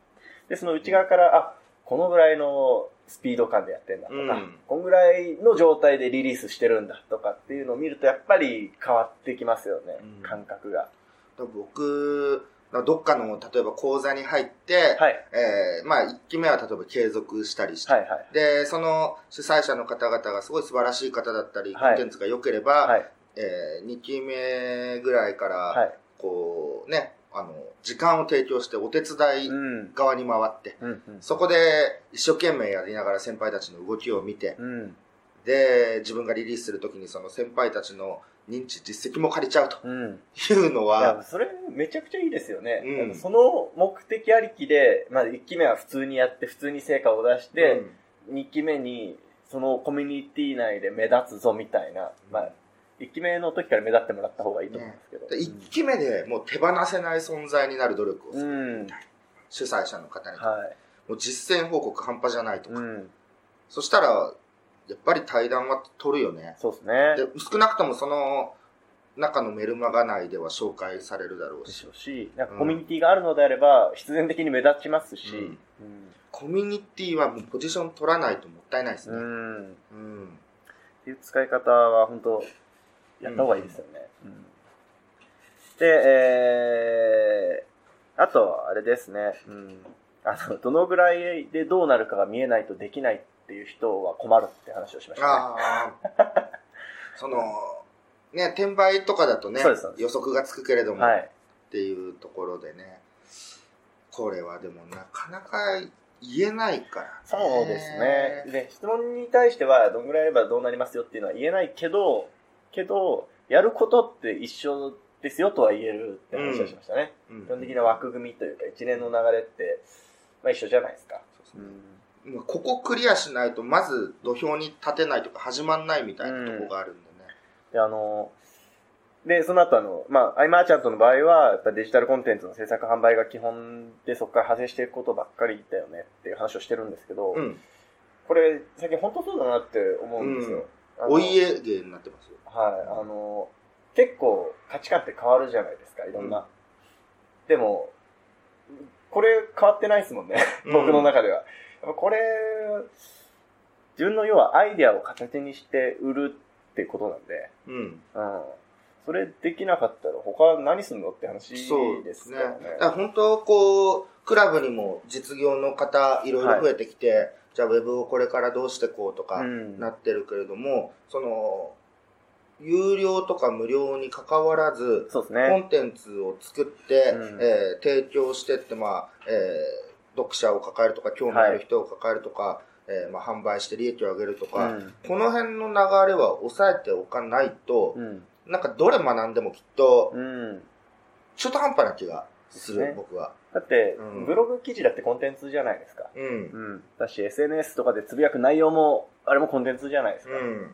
Speaker 2: で、その内側から、あ、このぐらいのスピード感でやってんだとか、
Speaker 3: うん
Speaker 2: このぐらいの状態でリリースしてるんだとかっていうのを見ると、やっぱり変わってきますよね、
Speaker 3: うん
Speaker 2: 感覚が。
Speaker 3: 僕、どっかの、例えば講座に入って、
Speaker 2: はい。
Speaker 3: えーまあ、1期目は例えば継続したりして、
Speaker 2: はいはい。
Speaker 3: で、その主催者の方々がすごい素晴らしい方だったり、
Speaker 2: はい
Speaker 3: コンテンツが良ければ、
Speaker 2: はい。
Speaker 3: え2期目ぐらいから、
Speaker 2: はい。
Speaker 3: こうね、あの、時間を提供してお手伝い
Speaker 2: うん。
Speaker 3: 側に回って、
Speaker 2: うん。うん
Speaker 3: そこで一生懸命やりながら先輩たちの動きを見て、
Speaker 2: うん。
Speaker 3: で、自分がリリースするときにその先輩たちの認知、実績も借りちゃうと
Speaker 2: うん。
Speaker 3: いうの
Speaker 2: いや
Speaker 3: は、
Speaker 2: それめちゃくちゃいいですよね。
Speaker 3: うん
Speaker 2: その目的ありきで、まあ1期目は普通にやって、普通に成果を出して、
Speaker 3: うん
Speaker 2: 2期目にそのコミュニティ内で目立つぞみたいな、まあ、1期目の時から目立ってもらった方がいいと思うんですけど。
Speaker 3: で1期目でもう手放せない存在になる努力をす
Speaker 2: う
Speaker 3: る、
Speaker 2: ん。
Speaker 3: 主催者の方に、
Speaker 2: は
Speaker 3: もう実践報告半端じゃないと
Speaker 2: い。
Speaker 3: か、
Speaker 2: うん。
Speaker 3: そしたら、やっぱり対談は取るよね。
Speaker 2: そうですね。
Speaker 3: で、少なくともその中のメルマガ内では紹介されるだろう
Speaker 2: でし
Speaker 3: し
Speaker 2: ょ、うし、なんかコミュニティがあるのであれば、必然的に目立ちますし、
Speaker 3: うん
Speaker 2: うん。
Speaker 3: コミュニティはもうポジション取らないともったいないです
Speaker 2: う
Speaker 3: ね。
Speaker 2: ん。っ
Speaker 3: うん。
Speaker 2: ていう使い方は本当、やった方がいいですよね。うん。で、えー、あと、あれですね、うん。あの、どのぐらいでどうなるかが見えないとできないっていう人は困るって話をしましたね。
Speaker 3: ああ。 その、ね、転売とかだとね
Speaker 2: そうですそうで、す
Speaker 3: 予測がつくけれども、
Speaker 2: はい。
Speaker 3: っていうところでね、これはでもなかなか言えないから、
Speaker 2: そうですね。で、質問に対しては、どんぐらいやればどうなりますよっていうのは言えないけど、けど、やることって一緒ですよとは言えるって話をしましたね。
Speaker 3: うん。
Speaker 2: 基本的な枠組みというか、一連の流れって、まあ一緒じゃないですか。
Speaker 3: そうですねまあここクリアしないと、まず土俵に立てないとか始まんないみたいなとこがあるんでね。
Speaker 2: で、あの、で、その後あの、まあ、アイマーチャントの場合は、やっぱデジタルコンテンツの制作販売が基本で、そこから派生していくことばっかりだよねっていう話をしてるんですけど、
Speaker 3: うん。
Speaker 2: これ、最近本当そうだなって思うんですよ。あの
Speaker 3: お家芸になってますよ。
Speaker 2: はい、あの、結構価値観って変わるじゃないですか、いろんな。
Speaker 3: うん
Speaker 2: でも、これ変わってないですもんね、僕の中では。やっぱこれ、自分の要はアイデアを形にして売るってことなんで、
Speaker 3: うん。
Speaker 2: うん。それできなかったら他何すんのって話
Speaker 3: そうで
Speaker 2: ですす
Speaker 3: ね
Speaker 2: からね。。
Speaker 3: だから本当、こう、クラブにも実業の方、いろいろ増えてきて、じゃあウェブをこれからどうしてこうとか、
Speaker 2: ん
Speaker 3: なってるけれども、その、有料とか無料に関わらず、
Speaker 2: そうです
Speaker 3: コ
Speaker 2: ね。
Speaker 3: ンテンツを作って、
Speaker 2: うん
Speaker 3: えー提供してって、まあ、えー読者を抱えるとか、興味ある人を抱えるとか、えーまあ、販売して利益を上げると
Speaker 2: う
Speaker 3: か、
Speaker 2: ん。
Speaker 3: この辺の流れは抑えておかないと、
Speaker 2: うん。
Speaker 3: なんかどれ学んでもきっと、
Speaker 2: うん。
Speaker 3: 中途半端な気がする、
Speaker 2: ね
Speaker 3: 僕は。
Speaker 2: だって、
Speaker 3: うん
Speaker 2: ブログ記事だってコンテンツじゃないですか。
Speaker 3: うん。
Speaker 2: うん。だし、SNS とかでつぶやく内容も、あれもコンテンツじゃないですか。
Speaker 3: うん。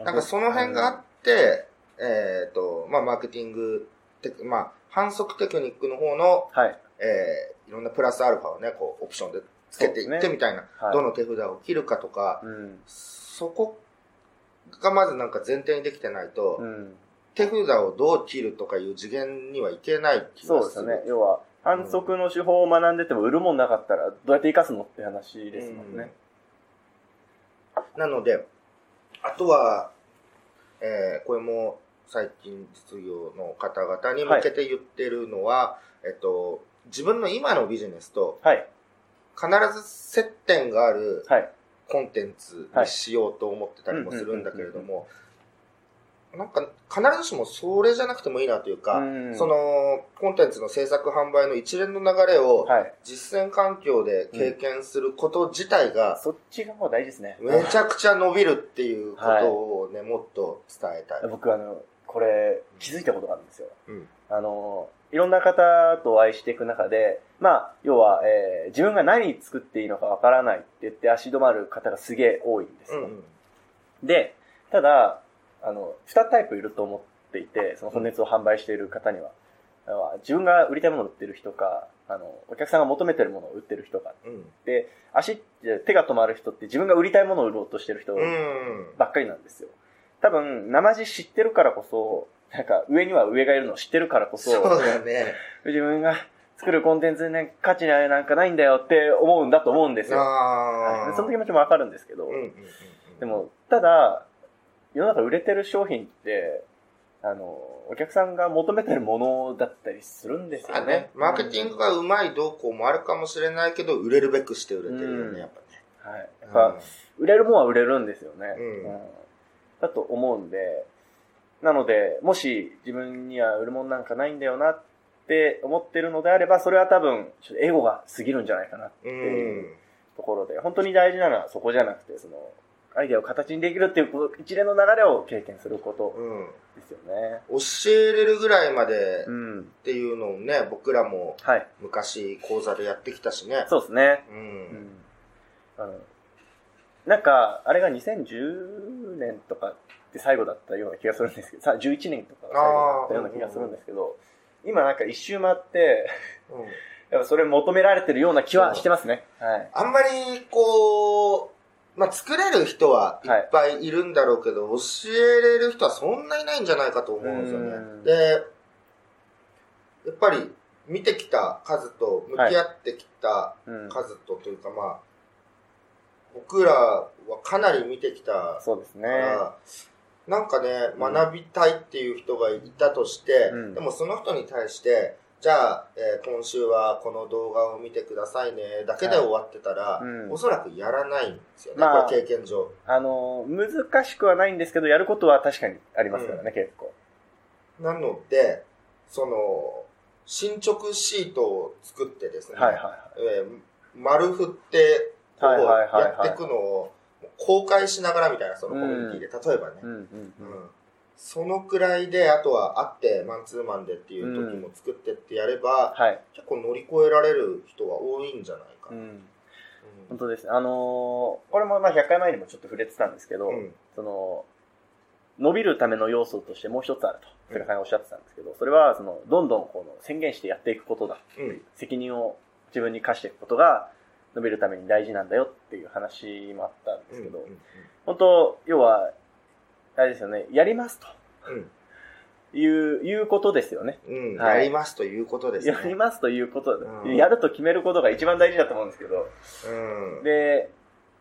Speaker 3: なんかその辺があって、えっ、と、まあ、マーケティングテク、まあ、反則テクニックの方の、
Speaker 2: はい。
Speaker 3: えーいろんなプラスアルファをね、こう、オプションでつけ
Speaker 2: そう
Speaker 3: ていっ
Speaker 2: です
Speaker 3: て
Speaker 2: ね
Speaker 3: みたいな、
Speaker 2: はい。
Speaker 3: どの手札を切るかとか、
Speaker 2: うん。
Speaker 3: そこがまずなんか前提にできてないと、
Speaker 2: うん。
Speaker 3: 手札をどう切るとかいう次元にはいけない気
Speaker 2: そ
Speaker 3: が
Speaker 2: うです
Speaker 3: す
Speaker 2: よ
Speaker 3: る。
Speaker 2: ね。要は、反則の手法を学んでても売るもんなかったら、どうやって生かすのって話ですもんね。
Speaker 3: うんなので、あとは、えーこれも最近実業の方々に向けて言ってるのは、えっと、自分の今のビジネスと
Speaker 2: はい。
Speaker 3: 必ず接点がある
Speaker 2: はい。
Speaker 3: コンテンツにしようと思ってたりもするんだけれども、なんか必ずしもそれじゃなくてもいいなというか、
Speaker 2: うん
Speaker 3: そ、のコンテンツの制作販売の一連の流れを
Speaker 2: はい。
Speaker 3: 実践環境で経験すること自体が
Speaker 2: そっちがもう大事ですね。
Speaker 3: めちゃくちゃ伸びるっていうことをね、もっと伝えたい。
Speaker 2: 僕あのこれ気づいたことがあるんですよ、
Speaker 3: うん
Speaker 2: あのいろんな方とお会いしていく中でまあ要は、えー自分が何作っていいのかわからないって言って足止まる方がすげえ多いんです
Speaker 3: う
Speaker 2: よ、
Speaker 3: んうん
Speaker 2: でただあの2タイプいると思っていてその本熱を販売している方にはあの自分が売りたいものを売ってる人かあのお客さんが求めてるものを売ってる人か
Speaker 3: うん
Speaker 2: 足って手が止まる人って自分が売りたいものを売ろうとしてる人
Speaker 3: うん
Speaker 2: ばっかりなんですよ。多分、生地知ってるからこそ、なんか上には上がいるのを知ってるからこ
Speaker 3: そう
Speaker 2: そ、
Speaker 3: だね。
Speaker 2: 自分が作るコンテンツに、ね、価値なんかないんだよって思うんだと思うんですよ。
Speaker 3: あ
Speaker 2: はい
Speaker 3: ー
Speaker 2: その気持ちもわかるんですけど、
Speaker 3: うんうんうんうん
Speaker 2: でも、ただ、世の中売れてる商品って、あの、お客さんが求めてるものだったりするんです
Speaker 3: まあ
Speaker 2: よ
Speaker 3: ね
Speaker 2: ね。、
Speaker 3: マーケティングがうまいどうこうもあるかもしれないけど、売れるべくして売れてるよ
Speaker 2: うん
Speaker 3: ね、やっぱね。
Speaker 2: はい。やっぱ、
Speaker 3: うん
Speaker 2: 売れるもんは売れるんですよね。
Speaker 3: うん
Speaker 2: だと思うんで、なので、もし自分には売るもんなんかないんだよなって思ってるのであれば、それは多分、ちょっとエゴが過ぎるんじゃないかなって
Speaker 3: うん
Speaker 2: いうところで、本当に大事なのはそこじゃなくて、その、アイデアを形にできるっていうこの一連の流れを経験すること
Speaker 3: うん
Speaker 2: ですよね。
Speaker 3: 教えれるぐらいまで
Speaker 2: うん。
Speaker 3: っていうのをね、僕らも
Speaker 2: はい。
Speaker 3: 昔講座でやってきたしね。
Speaker 2: そうですね。
Speaker 3: う。
Speaker 2: うんん。あの、なんか、あれが2010年とかって最後だったような気がするんですけど、さ11年とかが最後だったような気がするんですけど、今なんか一周回って、
Speaker 3: うん
Speaker 2: やっぱそれ求められてるような気はしてますね。はい。
Speaker 3: あんまり、こう、まあ、作れる人はいっぱいいるんだろうけど、教えれる人はそんないないんじゃないかと思うんですよ
Speaker 2: うん
Speaker 3: ね。で、やっぱり見てきた数と、向き合ってきた
Speaker 2: うん。
Speaker 3: 数とというか、まあ、僕らはかなり見てきた
Speaker 2: そうですね
Speaker 3: か。ら、なんかね、
Speaker 2: うん
Speaker 3: 学びたいっていう人がいたとして、
Speaker 2: うん
Speaker 3: でもその人に対して、じゃあ、えー今週はこの動画を見てくださいね、だけで終わってたら、
Speaker 2: はいうん
Speaker 3: おそらくやらないんですよね、
Speaker 2: まあ
Speaker 3: これ経験上。
Speaker 2: あの、難しくはないんですけど、やることは確かにありますからね、結構。
Speaker 3: なので、その、進捗シートを作ってですね、
Speaker 2: はいは
Speaker 3: えー丸振って、こ
Speaker 2: はいうはいはいはい
Speaker 3: やっていくのを公開しながらみたいな、そのコミュニティで、例えばね
Speaker 2: い。う、んうん
Speaker 3: う
Speaker 2: うんん。
Speaker 3: そのくらいで、あとは会って、マンツーマンでっていう時も作ってってやれば、
Speaker 2: はい。
Speaker 3: 結構乗り越えられる人が多いんじゃないか
Speaker 2: う
Speaker 3: な。
Speaker 2: ん。本当です。あのーこれもまあ100回前にもちょっと触れてたんですけど、
Speaker 3: うん
Speaker 2: その、伸びるための要素としてもう一つあると、菅さんがおっしゃってたんですけど、それは、その、どんどんこの宣言してやっていくことだ。
Speaker 3: うん
Speaker 2: 責任を自分に課していくことが、伸びるために大事なんだよっていう話もあったんですけど、
Speaker 3: うん
Speaker 2: 本当、要は、あれですよね、やります
Speaker 3: うん
Speaker 2: という、いうことですよね。
Speaker 3: うんうん
Speaker 2: はい
Speaker 3: やりますということですね
Speaker 2: や。りますということだ、
Speaker 3: うん
Speaker 2: やると決めることが一番大事だと思うんですけど、
Speaker 3: うん
Speaker 2: で、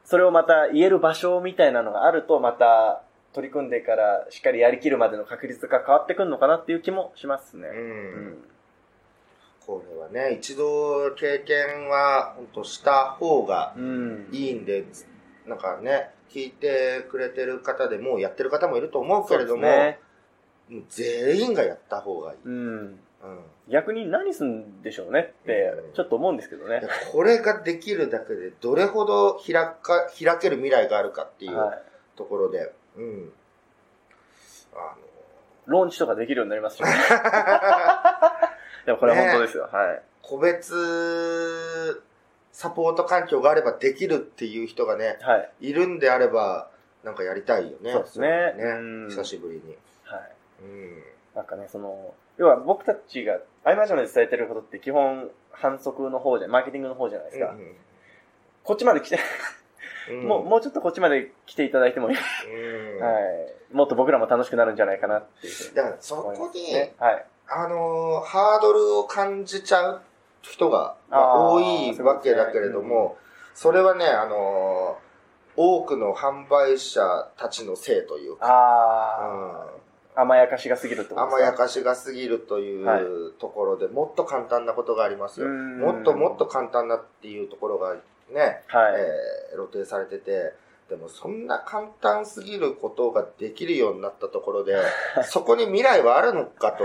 Speaker 2: それをまた言える場所みたいなのがあると、また取り組んでからしっかりやりきるまでの確率が変わってくるのかなっていう気もしますね。う
Speaker 3: うん
Speaker 2: ん。
Speaker 3: これはね、一度経験は本当した方が
Speaker 2: うん。
Speaker 3: いいんで、なんかね、聞いてくれてる方でもうやってる方もいると思うけ
Speaker 2: そう
Speaker 3: れ
Speaker 2: で
Speaker 3: ど
Speaker 2: す
Speaker 3: も、
Speaker 2: ね。
Speaker 3: もう全員がやった方がいい。
Speaker 2: うん。
Speaker 3: うん
Speaker 2: 逆に何すんでしょうねって
Speaker 3: うん、
Speaker 2: ちょっと思うんですけどね
Speaker 3: いや。これができるだけでどれほど開か開ける未来があるかっていう
Speaker 2: はい。
Speaker 3: ところで、うん。あ
Speaker 2: ローンチとかできるようになり ますしね。
Speaker 3: の、
Speaker 2: でもこれは本当ですよ。はい。
Speaker 3: 個別サポート環境があればできるっていう人がね、
Speaker 2: はい。
Speaker 3: いるんであれば、なんかやりたいよね。
Speaker 2: そうですね
Speaker 3: そうだよね
Speaker 2: うん
Speaker 3: 久しぶりに。
Speaker 2: はい。
Speaker 3: うん。
Speaker 2: なんかね、その、要は僕たちが、アイマジョンで伝えてることって基本、反則の方じゃ、マーケティングの方じゃないですか。こっちまで来て、
Speaker 3: うん
Speaker 2: もう、もうちょっとこっちまで来ていただいてもいい。
Speaker 3: うん
Speaker 2: はい。もっと僕らも楽しくなるんじゃないかなっていうふうに
Speaker 3: だから、そ
Speaker 2: 思い
Speaker 3: こ
Speaker 2: ます
Speaker 3: に、
Speaker 2: ね。はい。
Speaker 3: あのーハードルを感じちゃう人が、まあ
Speaker 2: あー
Speaker 3: 多いわけだけれども、それはね、あのー多くの販売者たちのせいというか、
Speaker 2: あ
Speaker 3: うん
Speaker 2: あ、甘やかしが過ぎるってことです
Speaker 3: 甘
Speaker 2: ね
Speaker 3: やかしが過ぎるとい
Speaker 2: はいう
Speaker 3: ところで、もっと簡単なことがありますよ。
Speaker 2: うん
Speaker 3: もっともっと簡単なっていうところがね、
Speaker 2: はい。
Speaker 3: えー露呈されてて、でもそんな簡単すぎることができるようになったと ころで、そこに未来はあるのかと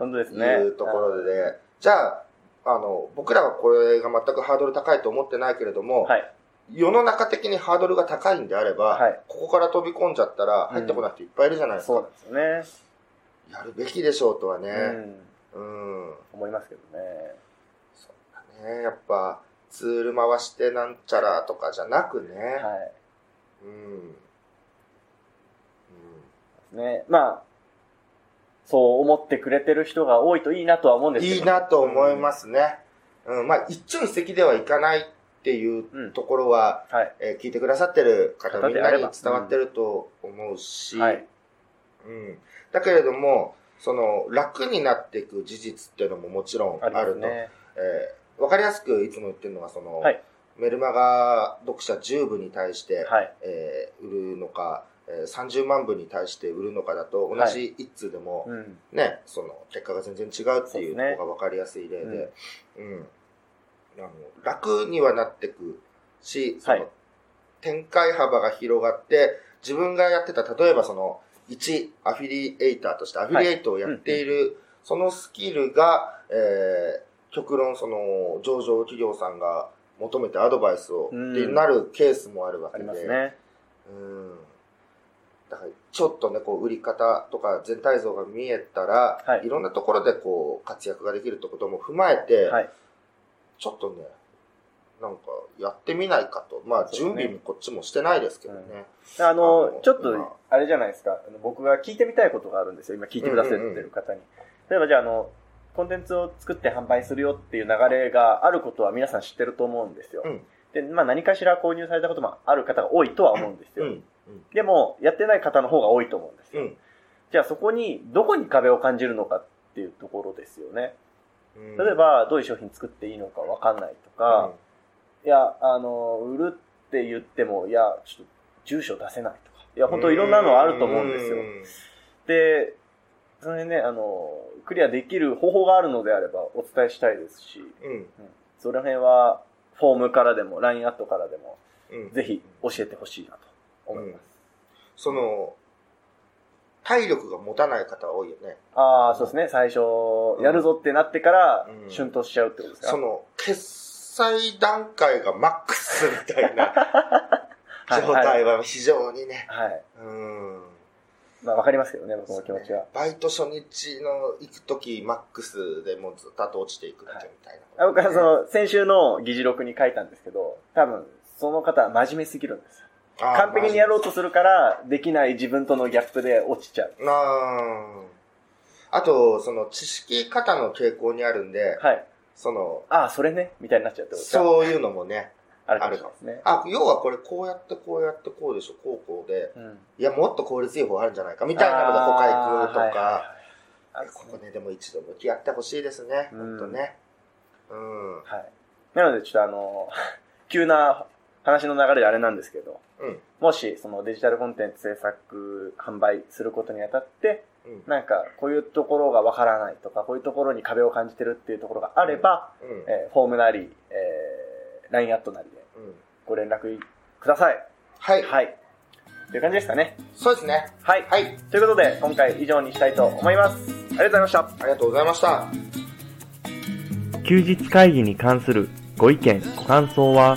Speaker 2: 本当ですね。
Speaker 3: いうところでね、じゃあ、あの、僕らはこれが全くハードル高いと思ってないけれども、
Speaker 2: はい。
Speaker 3: 世の中的にハードルが高いんであれば、
Speaker 2: はい
Speaker 3: ここから飛び込んじゃったら
Speaker 2: うん
Speaker 3: 入ってこない人いっぱいいるじゃないです
Speaker 2: そう
Speaker 3: か。
Speaker 2: なんです
Speaker 3: やるべきでしょうとはね
Speaker 2: よね。。うん。
Speaker 3: うん。
Speaker 2: 思いますけどね。
Speaker 3: ねやっぱ、ツール回してなんちゃらとかじゃなくね。
Speaker 2: はい。
Speaker 3: うん。うん
Speaker 2: ね。まあ、そう思ってくれてる人が多いといいなとは思うんですけど。
Speaker 3: いいなと思いますね。うん、まあ、一朝一夕ではいかないっていうところは、
Speaker 2: うん。はい。
Speaker 3: えー聞いてくださってる方
Speaker 2: 方
Speaker 3: みん
Speaker 2: であ
Speaker 3: な
Speaker 2: れ
Speaker 3: に
Speaker 2: ば
Speaker 3: 伝わってると思うし、
Speaker 2: はい。
Speaker 3: うん。だけれども、その、楽になっていく事実っていうのももちろんあ
Speaker 2: あり
Speaker 3: る
Speaker 2: ます
Speaker 3: と。
Speaker 2: ね。
Speaker 3: えーわかりやすくいつも言ってるのが、その、
Speaker 2: はい
Speaker 3: メルマガ読者10部に対して、
Speaker 2: はい。
Speaker 3: えー売るのか、えー30万部に対して売るのかだと、同じ一通でも、
Speaker 2: うん。
Speaker 3: ね、その結果が全然違うっていう
Speaker 2: そうですね
Speaker 3: のが分かりやすい例で、うんあの楽にはなってくし、その
Speaker 2: はい
Speaker 3: 展開幅が広がって、自分がやってた、例えばその、1アフィリエイターとしてアフィリエイトをやっている、そのスキルが、えー極論その、上場企業さんが求めてアドバイスを、
Speaker 2: うん
Speaker 3: ってなるケースもあるわ
Speaker 2: あ
Speaker 3: け
Speaker 2: り
Speaker 3: で、
Speaker 2: ますね。
Speaker 3: うんだからちょっとね、こう、売り方とか全体像が見えたら、
Speaker 2: はい
Speaker 3: い、ろんなところでこう、活躍ができるってことも踏まえて、
Speaker 2: はい。
Speaker 3: ちょっとね、なんか、やってみないかと。まあ、
Speaker 2: そう
Speaker 3: 準
Speaker 2: ね
Speaker 3: 備もこっちもしてないですけどね。
Speaker 2: あ
Speaker 3: あ
Speaker 2: の
Speaker 3: の、
Speaker 2: ちょっ
Speaker 3: 今
Speaker 2: と、あれじゃないですか、あの僕が聞いてみたいことがあるんですよ。今聞いてくださってる方に。例えばじゃあ、あの、コンテンツを作って販売するよっていう流れがあることは皆さん知ってると思うんですよ。
Speaker 3: うん
Speaker 2: で、まあ何かしら購入されたこともある方が多いとは思うんです
Speaker 3: う
Speaker 2: よ。
Speaker 3: ん。
Speaker 2: でも、やってない方の方が多いと思うんです
Speaker 3: う
Speaker 2: よ。
Speaker 3: ん。
Speaker 2: じゃあそこに、どこに壁を感じるのかっていうところですよね。
Speaker 3: うん。
Speaker 2: 例えば、どういう商品作っていいのかわかんないとか、いや、あの、売るって言っても、いや、ちょっと住所出せないとか、いや、
Speaker 3: うん、
Speaker 2: 本当いろんなのあると思うんですよ
Speaker 3: う。
Speaker 2: で、それね、あの、クリアできる方法があるのであればお伝えしたいですし、
Speaker 3: うん。
Speaker 2: その辺は、フォームからでも、LINE アットからでも、
Speaker 3: うん。
Speaker 2: ぜひ教えてほしいなと思います。
Speaker 3: その、体力が持たない方多いよね。
Speaker 2: ああ、そうですね。最初、やるぞってなってから
Speaker 3: う、ん
Speaker 2: 浸透しちゃうってことですか、
Speaker 3: その、決済段階がマックスみたいな
Speaker 2: はい
Speaker 3: 状
Speaker 2: はい。
Speaker 3: 態は非常にね、
Speaker 2: はい。
Speaker 3: うん。
Speaker 2: まあ、わかりますけどね、僕の気持ちは。
Speaker 3: バイト初日の行くとき、マックスでもうずっと落ちていくだけみたいな。
Speaker 2: あ僕はその、先週の議事録に書いたんですけど、多分、その方は真面目すぎるんですよ。
Speaker 3: あー
Speaker 2: 完璧にやろうとするから、できない自分とのギャップで落ちちゃう。
Speaker 3: なああと、その知識方の傾向にあるんで、
Speaker 2: はい。
Speaker 3: その、
Speaker 2: ああ、それね、みたいになっちゃうってことですか
Speaker 3: そういうのもね、
Speaker 2: あるかもしれないですね。
Speaker 3: あ、要はこれこうやってこうやってこうでしょ、こうこうで、
Speaker 2: うん。
Speaker 3: いや、もっと効率いい方あるんじゃないか、みたいなのが他行くと
Speaker 2: あーはいはいはい
Speaker 3: か、
Speaker 2: あるか
Speaker 3: こ
Speaker 2: も
Speaker 3: こね、でも一度向き合ってほしいですね、
Speaker 2: うん
Speaker 3: ほんとね。うん。うん。
Speaker 2: はい。なので、ちょっとあの、 急な話の流れであれなんですけど、もし、そのデジタルコンテンツ制作、販売することにあたって、
Speaker 3: うん。
Speaker 2: なんか、こういうところがわからないとか、こういうところに壁を感じてるっていうところがあれば、
Speaker 3: うん。
Speaker 2: えーフォームなり、えー、LINE アットなりで
Speaker 3: うん。
Speaker 2: ご連絡ください。
Speaker 3: はい。
Speaker 2: はい。という感じですかね。
Speaker 3: そうですね。
Speaker 2: はい。
Speaker 3: はい。
Speaker 2: ということで、今回以上にしたいと思います。ありがとうございました。
Speaker 3: ありがとうございました。
Speaker 1: 休日会議に関するご意見、ご感想は、